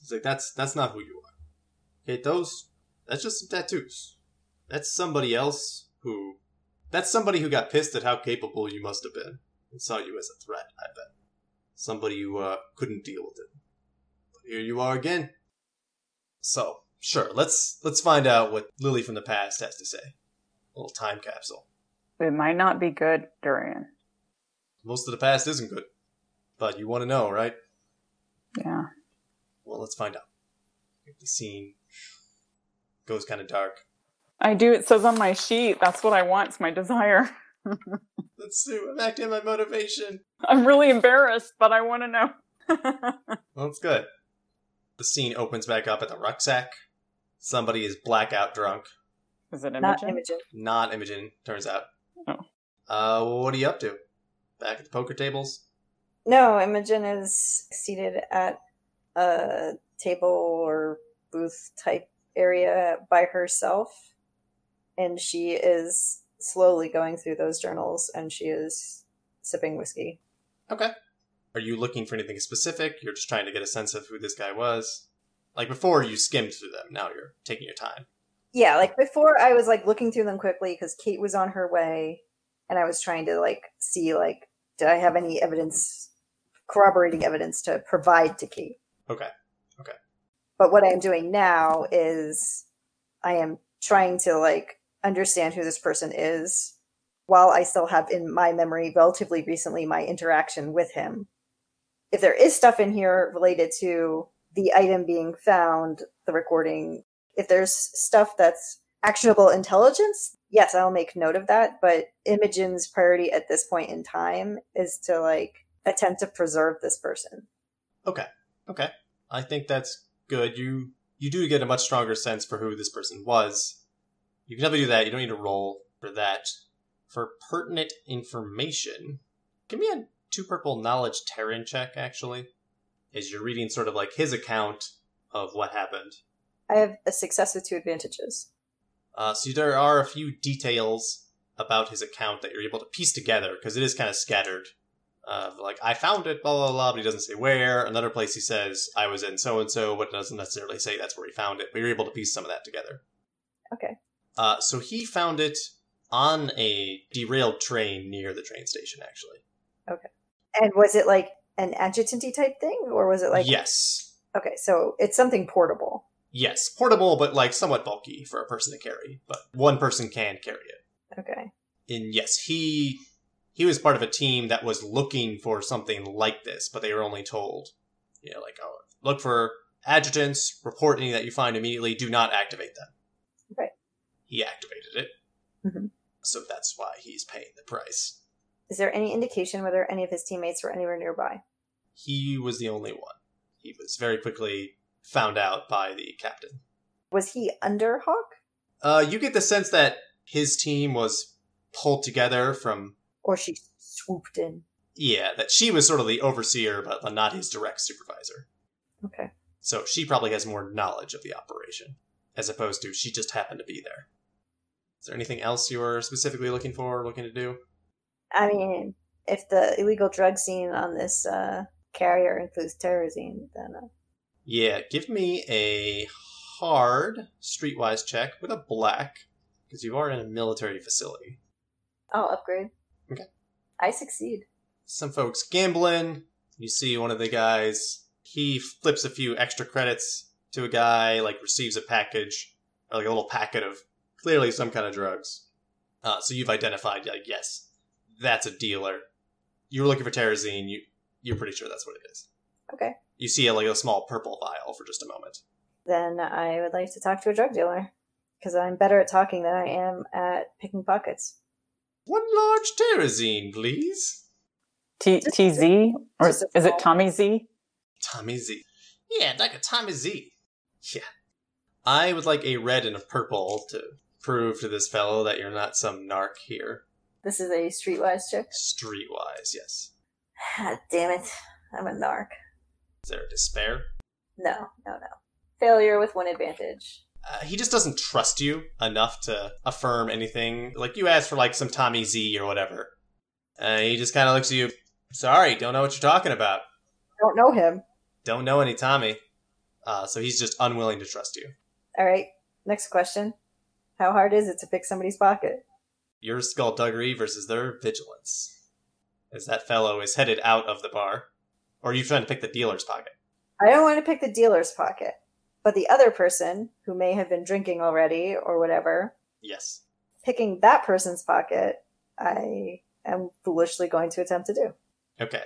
[SPEAKER 2] He's like, that's that's not who you are. Okay, those that's just some tattoos. That's somebody else who that's somebody who got pissed at how capable you must have been and saw you as a threat, I bet. Somebody who uh, couldn't deal with it. But here you are again. So, sure, let's let's find out what Lily from the past has to say. A little time capsule.
[SPEAKER 3] It might not be good, Durian.
[SPEAKER 2] Most of the past isn't good. But you wanna know, right?
[SPEAKER 3] Yeah.
[SPEAKER 2] Well, let's find out. The scene goes kind of dark.
[SPEAKER 3] I do. It says on my sheet. That's what I want. It's my desire.
[SPEAKER 2] Let's see. I'm acting my motivation.
[SPEAKER 3] I'm really embarrassed, but I want to know.
[SPEAKER 2] Well, that's good. The scene opens back up at the rucksack. Somebody is blackout drunk.
[SPEAKER 3] Is it
[SPEAKER 4] Not
[SPEAKER 3] Imogen?
[SPEAKER 4] Imogen.
[SPEAKER 2] Not Imogen, turns out.
[SPEAKER 3] Oh.
[SPEAKER 2] Uh, what are you up to? Back at the poker tables?
[SPEAKER 4] No, Imogen is seated at a table or booth type area by herself, and she is slowly going through those journals and she is sipping whiskey.
[SPEAKER 2] Okay. Are you looking for anything specific? You're just trying to get a sense of who this guy was. Like before, you skimmed through them. Now you're taking your time.
[SPEAKER 4] Yeah, like before I was like looking through them quickly because Kate was on her way and I was trying to like see like did I have any evidence corroborating evidence to provide to Kate.
[SPEAKER 2] Okay, okay.
[SPEAKER 4] But what I'm doing now is I am trying to like understand who this person is while I still have in my memory relatively recently my interaction with him. If there is stuff in here related to the item being found, the recording, if there's stuff that's actionable intelligence, yes, I'll make note of that. But Imogen's priority at this point in time is to like attempt to preserve this person.
[SPEAKER 2] Okay. I think that's good. You you do get a much stronger sense for who this person was. You can definitely do that. You don't need to roll for that. For pertinent information, give me a two purple knowledge Terran check, actually, as you're reading sort of like his account of what happened.
[SPEAKER 4] I have a success with two advantages.
[SPEAKER 2] Uh, so there are a few details about his account that you're able to piece together because it is kind of scattered. Of like, I found it, blah blah blah, but he doesn't say where. Another place he says I was in so and so, but doesn't necessarily say that's where he found it. But you're able to piece some of that together.
[SPEAKER 4] Okay.
[SPEAKER 2] Uh, so he found it on a derailed train near the train station, actually.
[SPEAKER 4] And was it like an adjutanty type thing, or was it like
[SPEAKER 2] yes,
[SPEAKER 4] okay, so it's something portable?
[SPEAKER 2] yes, portable, but like somewhat bulky for a person to carry. But one person can carry it.
[SPEAKER 4] Okay,
[SPEAKER 2] and yes, he he was part of a team that was looking for something like this, but they were only told, you know, like, oh, look for adjutants, report any that you find immediately, do not activate them.
[SPEAKER 4] Right.
[SPEAKER 2] He activated it.
[SPEAKER 4] Mhm.
[SPEAKER 2] So that's why he's paying the price.
[SPEAKER 4] is there any indication whether any of his teammates were anywhere nearby?
[SPEAKER 2] He was the only one. He was very quickly found out by the captain.
[SPEAKER 4] Was he under Hawk,
[SPEAKER 2] Uh, you get the sense that his team was pulled together from
[SPEAKER 4] or she swooped in?
[SPEAKER 2] yeah, that she was sort of the overseer, but not his direct supervisor.
[SPEAKER 4] Okay,
[SPEAKER 2] So she probably has more knowledge of the operation, as opposed to she just happened to be there. Is there anything else you were specifically looking for or looking to do?
[SPEAKER 4] I mean, if the illegal drug scene on this uh, carrier includes terrorism, then uh,
[SPEAKER 2] Yeah, give me a hard streetwise check with a black, because you are in a military facility.
[SPEAKER 4] I'll upgrade.
[SPEAKER 2] Okay.
[SPEAKER 4] I succeed.
[SPEAKER 2] Some folks gambling. You see one of the guys, he flips a few extra credits to a guy, like receives a package, or like a little packet of clearly some kind of drugs. Uh, so you've identified, like, yes, that's a dealer. You were looking for terazine. You you're pretty sure that's what it is.
[SPEAKER 4] Okay.
[SPEAKER 2] You see a, like a small purple vial for just a moment.
[SPEAKER 4] Then I would like to talk to a drug dealer. because I'm better at talking than I am at picking pockets.
[SPEAKER 2] One large terazine, please.
[SPEAKER 3] T-
[SPEAKER 4] Just-
[SPEAKER 3] TZ? Or
[SPEAKER 4] just a
[SPEAKER 3] is it
[SPEAKER 4] small-
[SPEAKER 3] Tommy Z?
[SPEAKER 2] Tommy Z. Yeah, I'd like a Tommy Z. Yeah. I would like a red and a purple to prove to this fellow that you're not some narc here.
[SPEAKER 4] This is a streetwise chick.
[SPEAKER 2] Streetwise, yes.
[SPEAKER 4] Ah, damn it. I'm a narc.
[SPEAKER 2] Is there despair?
[SPEAKER 4] No, no, no. Failure with one advantage.
[SPEAKER 2] Uh, he just doesn't trust you enough to affirm anything. Like you asked for like some Tommy Z or whatever. Uh, he just kind of looks at you. Sorry, don't know what you're talking about.
[SPEAKER 4] Don't know him.
[SPEAKER 2] Don't know any Tommy. Uh, so he's just unwilling to trust you.
[SPEAKER 4] All right. Next question. How hard is it to pick somebody's pocket?
[SPEAKER 2] Your skullduggery versus their vigilance. As that fellow is headed out of the bar. Or are you trying to pick the dealer's pocket?
[SPEAKER 4] I don't want to pick the dealer's pocket, but the other person who may have been drinking already or whatever,
[SPEAKER 2] Yes.
[SPEAKER 4] picking that person's pocket, I am foolishly going to attempt to do.
[SPEAKER 2] Okay.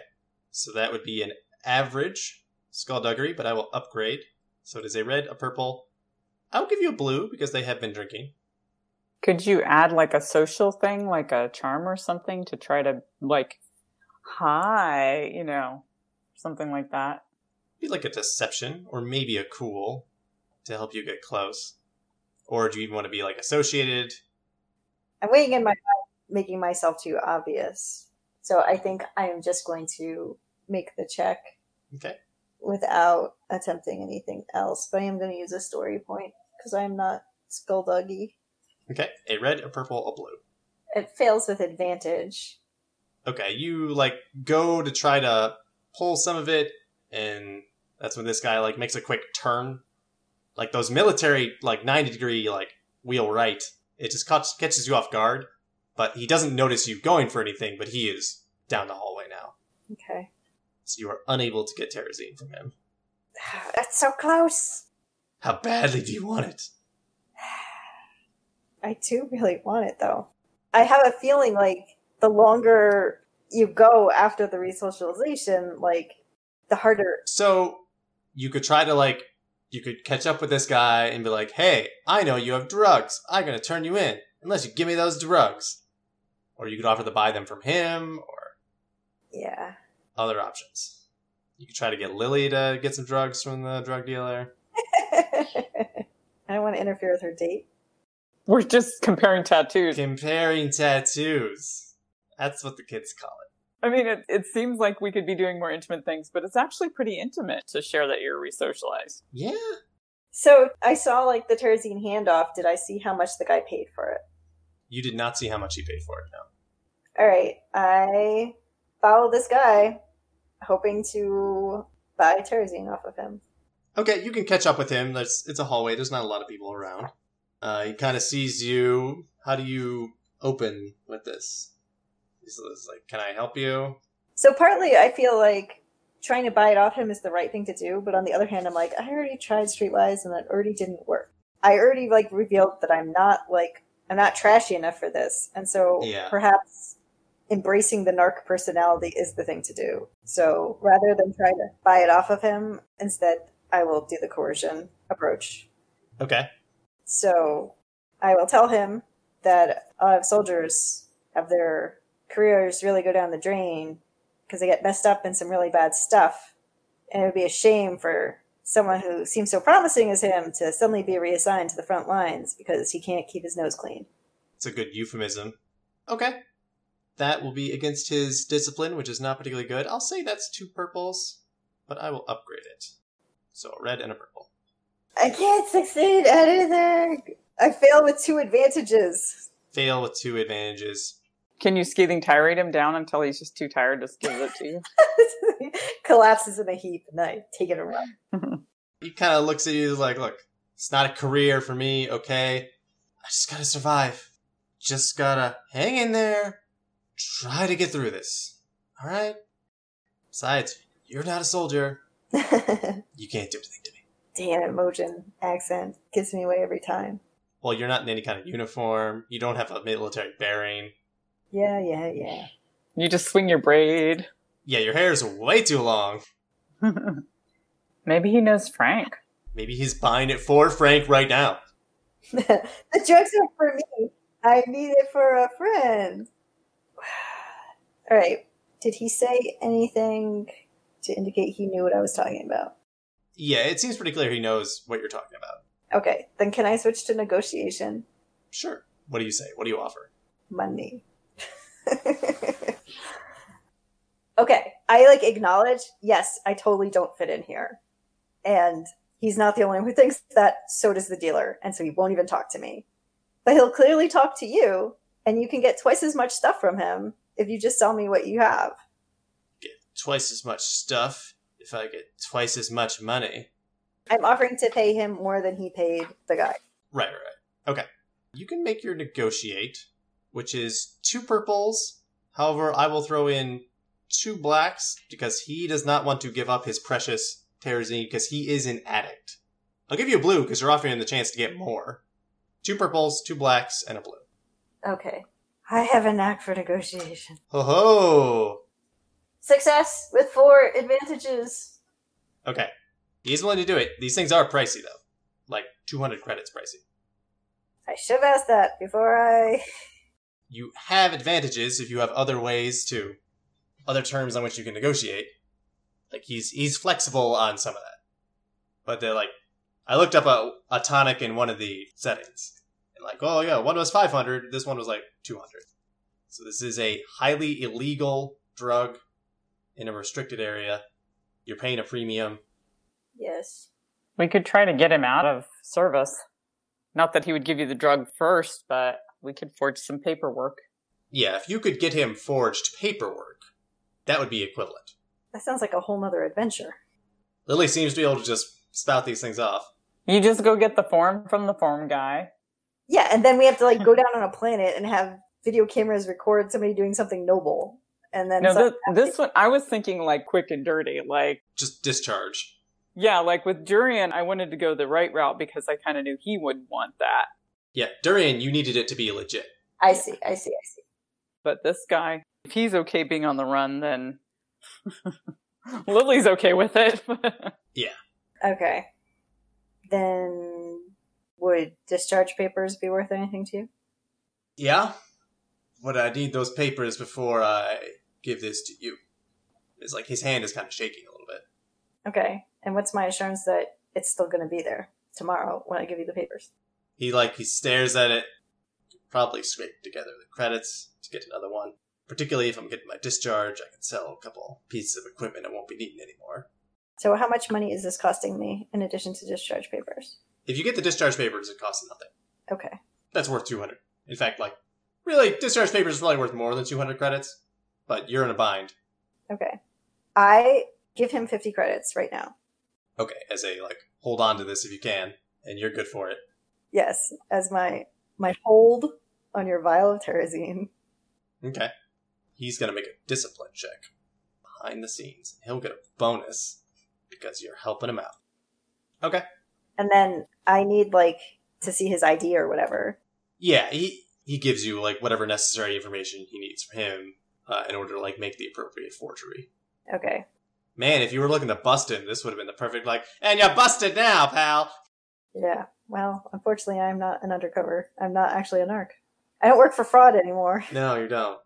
[SPEAKER 2] So that would be an average skullduggery, but I will upgrade. So it is a red, a purple. I'll give you a blue because they have been drinking.
[SPEAKER 3] Could you add like a social thing, like a charm or something to try to like, hi, you know, something like that?
[SPEAKER 2] be like a deception or maybe a cool to help you get close. Or do you even want to be like associated?
[SPEAKER 4] I'm waiting in my making myself too obvious. So I think I am just going to make the check
[SPEAKER 2] Okay.
[SPEAKER 4] without attempting anything else. But I am going to use a story point because I'm not skullduggy.
[SPEAKER 2] Okay. A red, a purple, a blue.
[SPEAKER 4] It fails with advantage.
[SPEAKER 2] Okay. You like go to try to pull some of it and that's when this guy like makes a quick turn. Like those military like 90 degree like wheel right. It just catch- catches you off guard, but he doesn't notice you going for anything, but he is down the hallway now.
[SPEAKER 4] Okay.
[SPEAKER 2] So you are unable to get Terrazine from him.
[SPEAKER 4] That's so close.
[SPEAKER 2] How badly do you want it?
[SPEAKER 4] I do really want it though. I have a feeling like the longer you go after the resocialization, like the harder.
[SPEAKER 2] So you could try to like you could catch up with this guy and be like, "Hey, I know you have drugs. I'm gonna turn you in unless you give me those drugs." Or you could offer to buy them from him, or
[SPEAKER 4] Yeah.
[SPEAKER 2] other options. You could try to get Lily to get some drugs from the drug dealer.
[SPEAKER 4] I don't want to interfere with her date.
[SPEAKER 3] We're just comparing tattoos.
[SPEAKER 2] Comparing tattoos. That's what the kids call it.
[SPEAKER 3] I mean, it, it seems like we could be doing more intimate things, but it's actually pretty intimate to share that you're resocialized.
[SPEAKER 2] Yeah.
[SPEAKER 4] So I saw like the Terzine handoff. Did I see how much the guy paid for it?
[SPEAKER 2] You did not see how much he paid for it, no.
[SPEAKER 4] All right, I follow this guy, hoping to buy Terzine off of him.
[SPEAKER 2] Okay, you can catch up with him. There's, it's a hallway. There's not a lot of people around. Uh, he kind of sees you. How do you open with this? He's he's like, "Can I help you?"
[SPEAKER 4] So partly I feel like trying to buy it off him is the right thing to do, but on the other hand, I'm like, I already tried Streetwise and that already didn't work. I already like revealed that I'm not like I'm not trashy enough for this, and so
[SPEAKER 2] Yeah.
[SPEAKER 4] perhaps embracing the narc personality is the thing to do. So rather than try to buy it off of him, instead I will do the coercion approach.
[SPEAKER 2] Okay.
[SPEAKER 4] So I will tell him that a lot of soldiers have their careers really go down the drain because they get messed up in some really bad stuff. And it would be a shame for someone who seems so promising as him to suddenly be reassigned to the front lines because he can't keep his nose clean.
[SPEAKER 2] It's a good euphemism. Okay. That will be against his discipline, which is not particularly good. I'll say that's two purples, but I will upgrade it. So a red and a purple.
[SPEAKER 4] I can't succeed at either. I fail with two advantages.
[SPEAKER 2] Fail with two advantages.
[SPEAKER 3] Can you scathing tirade him down until he's just too tired to give it to you?
[SPEAKER 4] Collapses in a heap, and I take it around.
[SPEAKER 2] He kind of looks at you like, "Look, it's not a career for me. Okay, I just gotta survive. Just gotta hang in there. Try to get through this. All right. Besides, you're not a soldier. You can't do anything to me.
[SPEAKER 4] Damn it, Mojin accent gives me away every time.
[SPEAKER 2] Well, you're not in any kind of uniform. You don't have a military bearing.
[SPEAKER 4] Yeah, yeah, yeah.
[SPEAKER 3] You just swing your braid.
[SPEAKER 2] Yeah, your hair is way too long.
[SPEAKER 3] Maybe he knows Frank.
[SPEAKER 2] Maybe he's buying it for Frank right now.
[SPEAKER 4] the jokes are for me. I need it for a friend. All right. Did he say anything to indicate he knew what I was talking about?
[SPEAKER 2] Yeah, it seems pretty clear he knows what you're talking about.
[SPEAKER 4] Okay, then can I switch to negotiation?
[SPEAKER 2] Sure. What do you say? What do you offer?
[SPEAKER 4] Money. okay, I like acknowledge, yes, I totally don't fit in here. And he's not the only one who thinks that, so does the dealer. And so he won't even talk to me. But he'll clearly talk to you, and you can get twice as much stuff from him if you just tell me what you have.
[SPEAKER 2] Get twice as much stuff if I get twice as much money.
[SPEAKER 4] I'm offering to pay him more than he paid the guy.
[SPEAKER 2] Right, right, right. Okay. You can make your negotiate, which is two purples. However, I will throw in two blacks because he does not want to give up his precious Terazine because he is an addict. I'll give you a blue because you're offering him the chance to get more. Two purples, two blacks, and a blue.
[SPEAKER 4] Okay. I have a knack for negotiation.
[SPEAKER 2] Ho ho!
[SPEAKER 4] Success with four advantages.
[SPEAKER 2] Okay. He's willing to do it. These things are pricey though. Like 200 credits pricey.
[SPEAKER 4] I should have asked that before I.
[SPEAKER 2] You have advantages if you have other ways to other terms on which you can negotiate. Like he's he's flexible on some of that. But they're like I looked up a, a tonic in one of the settings. And like, oh yeah, one was 500, this one was like 200. So this is a highly illegal drug in a restricted area. You're paying a premium.
[SPEAKER 4] Yes.
[SPEAKER 3] We could try to get him out of service. Not that he would give you the drug first, but we could forge some paperwork.
[SPEAKER 2] Yeah, if you could get him forged paperwork, that would be equivalent.
[SPEAKER 4] That sounds like a whole nother adventure.
[SPEAKER 2] Lily seems to be able to just spout these things off.
[SPEAKER 3] You just go get the form from the form guy.
[SPEAKER 4] Yeah, and then we have to like go down on a planet and have video cameras record somebody doing something noble. And then
[SPEAKER 3] No,
[SPEAKER 4] some-
[SPEAKER 3] this, this one, I was thinking like quick and dirty. Like,
[SPEAKER 2] Just discharge.
[SPEAKER 3] yeah, like with Durian, I wanted to go the right route because I kind of knew he would want that.
[SPEAKER 2] Yeah, Durian, you needed it to be legit.
[SPEAKER 4] I see, I see, I see.
[SPEAKER 3] But this guy, if he's okay being on the run, then Lily's okay with it.
[SPEAKER 4] Okay. Then would discharge papers be worth anything to you?
[SPEAKER 2] Yeah? But I need those papers before I give this to you. It's like his hand is kind of shaking a little bit.
[SPEAKER 4] Okay. And what's my assurance that it's still going to be there tomorrow when I give you the papers?
[SPEAKER 2] He like he stares at it. Could Probably scrape together the credits to get another one. Particularly if I'm getting my discharge, I can sell a couple pieces of equipment I won't be needing anymore.
[SPEAKER 4] So, how much money is this costing me in addition to discharge papers?
[SPEAKER 2] If you get the discharge papers, it costs nothing.
[SPEAKER 4] Okay.
[SPEAKER 2] That's worth 200. In fact, like, really, discharge papers is probably worth more than 200 credits. But you're in a bind.
[SPEAKER 4] Okay. I give him 50 credits right now.
[SPEAKER 2] Okay, as a like, hold on to this if you can, and you're good for it.
[SPEAKER 4] Yes, as my my hold on your vial of terazine.
[SPEAKER 2] Okay. He's going to make a discipline check behind the scenes. He'll get a bonus because you're helping him out. Okay.
[SPEAKER 4] And then I need like to see his ID or whatever.
[SPEAKER 2] Yeah, he he gives you like whatever necessary information he needs from him uh, in order to like make the appropriate forgery.
[SPEAKER 4] Okay.
[SPEAKER 2] Man, if you were looking to bust him, this would have been the perfect like. And you're busted now, pal.
[SPEAKER 4] Yeah. Well, unfortunately I'm not an undercover. I'm not actually a narc. I don't work for fraud anymore.
[SPEAKER 2] No, you don't.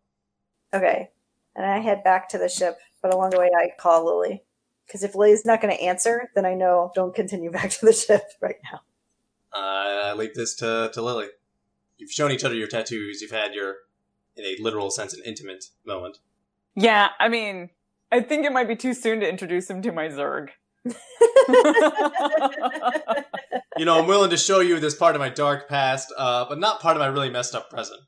[SPEAKER 4] Okay. And I head back to the ship, but along the way I call Lily. Because if Lily's not gonna answer, then I know don't continue back to the ship right now.
[SPEAKER 2] Uh, I leave this to to Lily. You've shown each other your tattoos. You've had your, in a literal sense, an intimate moment.
[SPEAKER 3] yeah, I mean, I think it might be too soon to introduce him to my Zerg.
[SPEAKER 2] You know, I'm willing to show you this part of my dark past, uh, but not part of my really messed up present.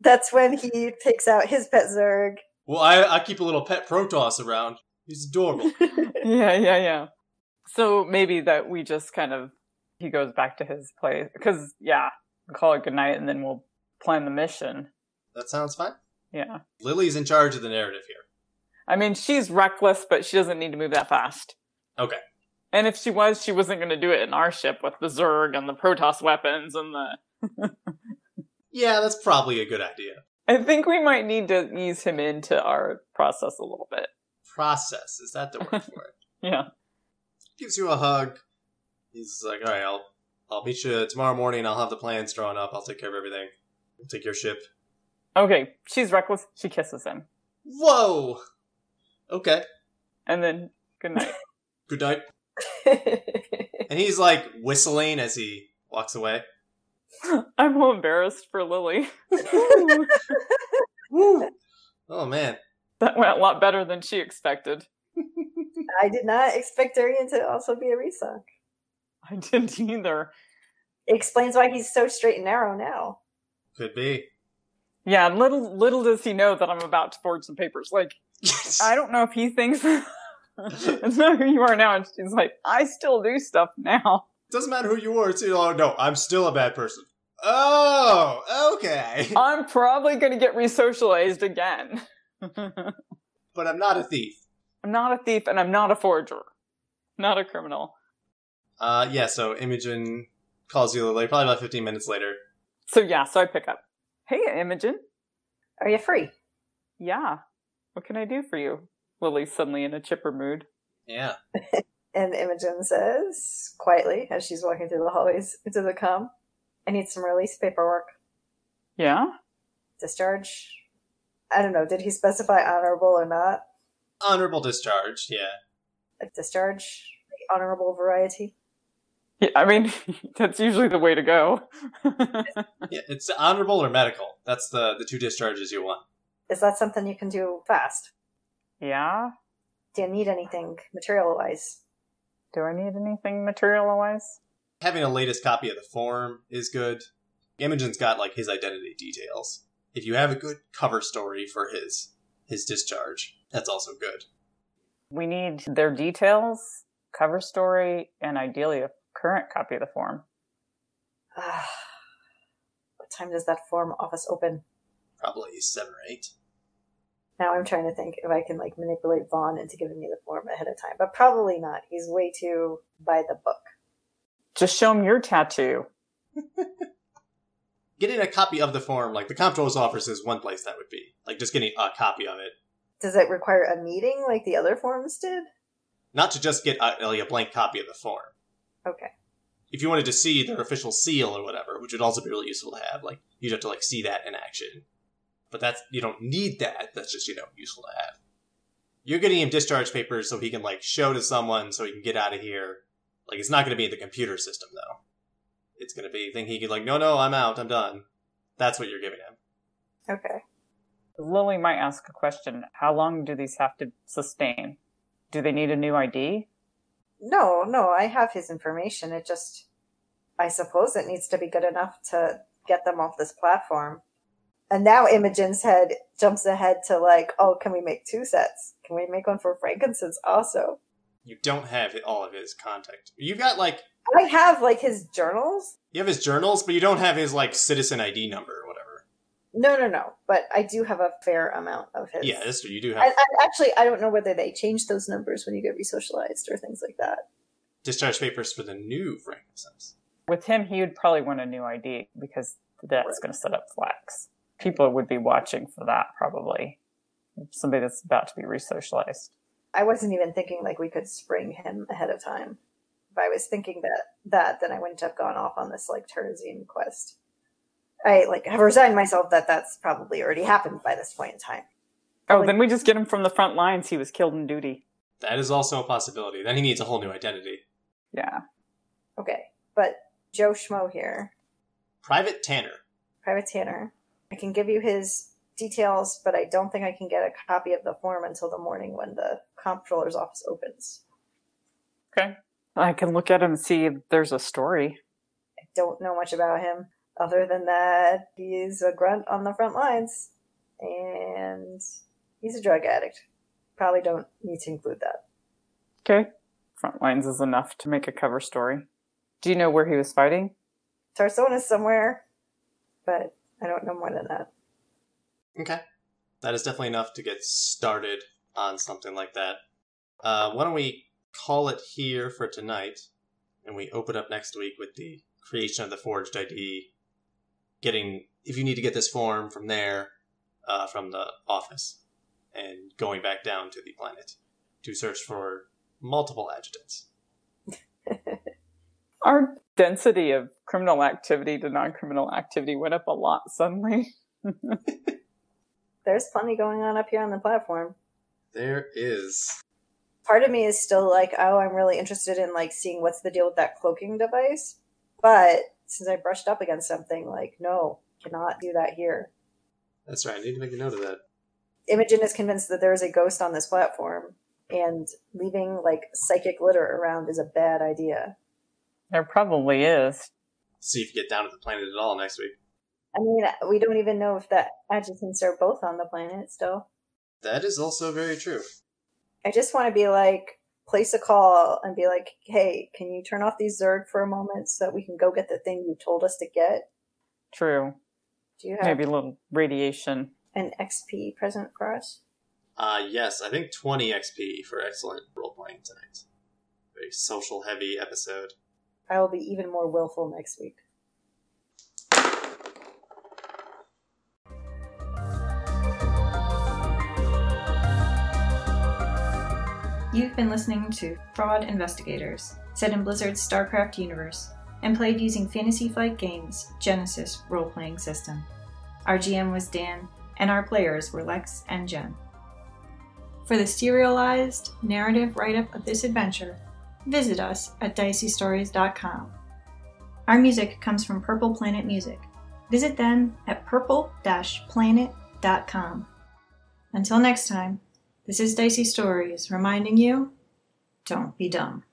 [SPEAKER 4] That's when he takes out his pet Zerg.
[SPEAKER 2] Well, I, I keep a little pet Protoss around. He's adorable.
[SPEAKER 3] yeah, yeah, yeah. So maybe that we just kind of he goes back to his place because yeah, call it good night and then we'll plan the mission.
[SPEAKER 2] that sounds fine.
[SPEAKER 3] Yeah,
[SPEAKER 2] Lily's in charge of the narrative here.
[SPEAKER 3] I mean she's reckless, but she doesn't need to move that fast.
[SPEAKER 2] Okay.
[SPEAKER 3] And if she was, she wasn't going to do it in our ship with the Zerg and the Protoss weapons and the.
[SPEAKER 2] Yeah, that's probably a good idea.
[SPEAKER 3] I think we might need to ease him into our process a little bit.
[SPEAKER 2] Process is that the word for it?
[SPEAKER 3] Yeah.
[SPEAKER 2] Gives you a hug. He's like, all right, I'll I'll meet you tomorrow morning. I'll have the plans drawn up. I'll take care of everything. I'll take your ship.
[SPEAKER 3] Okay, she's reckless. She kisses him.
[SPEAKER 2] Whoa! Okay.
[SPEAKER 3] And then, good night.
[SPEAKER 2] Good night. And he's like whistling as he walks away.
[SPEAKER 3] I'm all embarrassed for Lily.
[SPEAKER 2] Woo! Oh man.
[SPEAKER 3] that went a lot better than she expected.
[SPEAKER 4] I did not expect Darian to also be a Risa.
[SPEAKER 3] I didn't either.
[SPEAKER 4] It explains why he's so straight and narrow now.
[SPEAKER 2] Could be.
[SPEAKER 3] Yeah, and little little does he know that I'm about to forge some papers. Like, I don't know if he thinks it's not who you are now. And she's like, I still do stuff now.
[SPEAKER 2] Doesn't matter who you are. It's, oh no, I'm still a bad person. Oh, okay.
[SPEAKER 3] I'm probably going to get resocialized again.
[SPEAKER 2] But I'm not a thief.
[SPEAKER 3] I'm not a thief and I'm not a forger. Not a criminal.
[SPEAKER 2] Uh, yeah. So Imogen calls you like probably about 15 minutes later.
[SPEAKER 3] So yeah, so I pick up. Hey Imogen.
[SPEAKER 4] Are you free?
[SPEAKER 3] Yeah. What can I do for you? Lily's suddenly in a chipper mood.
[SPEAKER 2] Yeah.
[SPEAKER 4] And Imogen says quietly as she's walking through the hallways into the com, I need some release paperwork.
[SPEAKER 3] Yeah?
[SPEAKER 4] Discharge. I don't know. Did he specify honorable or not?
[SPEAKER 2] Honorable discharge. Yeah.
[SPEAKER 4] A discharge, the honorable variety.
[SPEAKER 3] yeah I mean, that's usually the way to go.
[SPEAKER 2] Yeah. It's honorable or medical. That's the the two discharges you want.
[SPEAKER 4] Is that something you can do fast?
[SPEAKER 3] yeah?
[SPEAKER 4] Do you need anything material wise?
[SPEAKER 3] Do I need anything material wise?
[SPEAKER 2] Having a latest copy of the form is good. Imogen's got like his identity details. If you have a good cover story for his his discharge, that's also good.
[SPEAKER 3] We need their details, cover story, and ideally a current copy of the form.
[SPEAKER 4] Ah, what time does that form office open?
[SPEAKER 2] Probably seven or eight.
[SPEAKER 4] Now I'm trying to think if I can like manipulate Vaughn into giving me the form ahead of time, but probably not. He's way too by the book.
[SPEAKER 3] Just show them your tattoo.
[SPEAKER 2] Getting a copy of the form, like the comptroller's office, is one place that would be. Like just getting a copy of it,
[SPEAKER 4] Does it require a meeting like the other forms did?
[SPEAKER 2] not to just get a, like a blank copy of the form.
[SPEAKER 4] Okay.
[SPEAKER 2] If you wanted to see their official seal or whatever, which would also be really useful to have, like you'd have to like see that in action. But that's you don't need that. That's just you know useful to have. You're getting him discharge papers so he can like show to someone so he can get out of here. Like it's not going to be the computer system though. It's going to be a thing he can like no no I'm out I'm done. That's what you're giving him.
[SPEAKER 4] Okay.
[SPEAKER 3] Lily might ask a question. How long do these have to sustain? Do they need a new ID?
[SPEAKER 4] No, no, I have his information. It just, I suppose it needs to be good enough to get them off this platform. And now Imogen's head jumps ahead to like, oh, can we make two sets? Can we make one for frankincense also?
[SPEAKER 2] You don't have all of his contact. You've got like
[SPEAKER 4] I have like his journals.
[SPEAKER 2] you have his journals, but you don't have his like citizen ID number or whatever.
[SPEAKER 4] No, no, no. But I do have a fair amount of his.
[SPEAKER 2] Yeah, that's true. You do
[SPEAKER 4] I,
[SPEAKER 2] have
[SPEAKER 4] I, actually, I don't know whether they change those numbers when you get resocialized or things like that.
[SPEAKER 2] discharge papers for the new frankincense.
[SPEAKER 3] With him, he would probably want a new ID because that's going to set up flags. People would be watching for that probably. Somebody that's about to be resocialized.
[SPEAKER 4] I wasn't even thinking like we could spring him ahead of time. If I was thinking that that, then I wouldn't have gone off on this like Terrazine quest. I like have resigned myself that that's probably already happened by this point in time.
[SPEAKER 3] Oh, then we just get him from the front lines. He was killed in duty.
[SPEAKER 2] That is also a possibility. Then he needs a whole new identity.
[SPEAKER 3] Yeah.
[SPEAKER 4] Okay, but Joe Schmo here,
[SPEAKER 2] Private Tanner.
[SPEAKER 4] Private Tanner. I can give you his details, but I don't think I can get a copy of the form until the morning when the comptroller's office opens.
[SPEAKER 3] Okay. I can look at him and see if there's a story.
[SPEAKER 4] I don't know much about him other than that he's a grunt on the front lines and he's a drug addict. Probably don't need to include that.
[SPEAKER 3] Okay. Front lines is enough to make a cover story. Do you know where he was fighting?
[SPEAKER 4] Tarsona's somewhere, but I don't know more than that.
[SPEAKER 2] Okay. That is definitely enough to get started on something like that. Uh, why don't we call it here for tonight, and we open up next week with the creation of the forged ID. Getting if you need to get this form from there, uh, from the office, and going back down to the planet to search for multiple adjutants.
[SPEAKER 3] Are density of criminal activity to non-criminal activity went up a lot suddenly.
[SPEAKER 4] There's plenty going on up here on the platform.
[SPEAKER 2] There is.
[SPEAKER 4] Part of me is still like, oh, I'm really interested in like seeing what's the deal with that cloaking device. But since I brushed up against something, like, no, cannot do that here.
[SPEAKER 2] That's right. I need to make a note of that.
[SPEAKER 4] Imogen is convinced that there is a ghost on this platform, and leaving like psychic litter around is a bad idea.
[SPEAKER 3] There probably is.
[SPEAKER 2] See if you get down to the planet at all next week.
[SPEAKER 4] I mean, we don't even know if the adjutants are both on the planet still.
[SPEAKER 2] That is also very true.
[SPEAKER 4] I just want to be like, place a call and be like, hey, can you turn off these Zerg for a moment so that we can go get the thing you told us to get?
[SPEAKER 3] True.
[SPEAKER 4] Do you have
[SPEAKER 3] Maybe a little radiation.
[SPEAKER 4] an XP present for us?
[SPEAKER 2] Uh, yes, I think 20 XP for excellent role playing tonight. Very social heavy episode.
[SPEAKER 4] I will be even more willful next week.
[SPEAKER 1] You've been listening to Fraud Investigators, set in Blizzard's StarCraft universe, and played using Fantasy Flight Games' Genesis role playing system. Our GM was Dan, and our players were Lex and Jen. For the serialized narrative write up of this adventure, visit us at diceystories.com. Our music comes from Purple Planet Music. Visit them at purple planet.com. Until next time, this is Dicey Stories reminding you don't be dumb.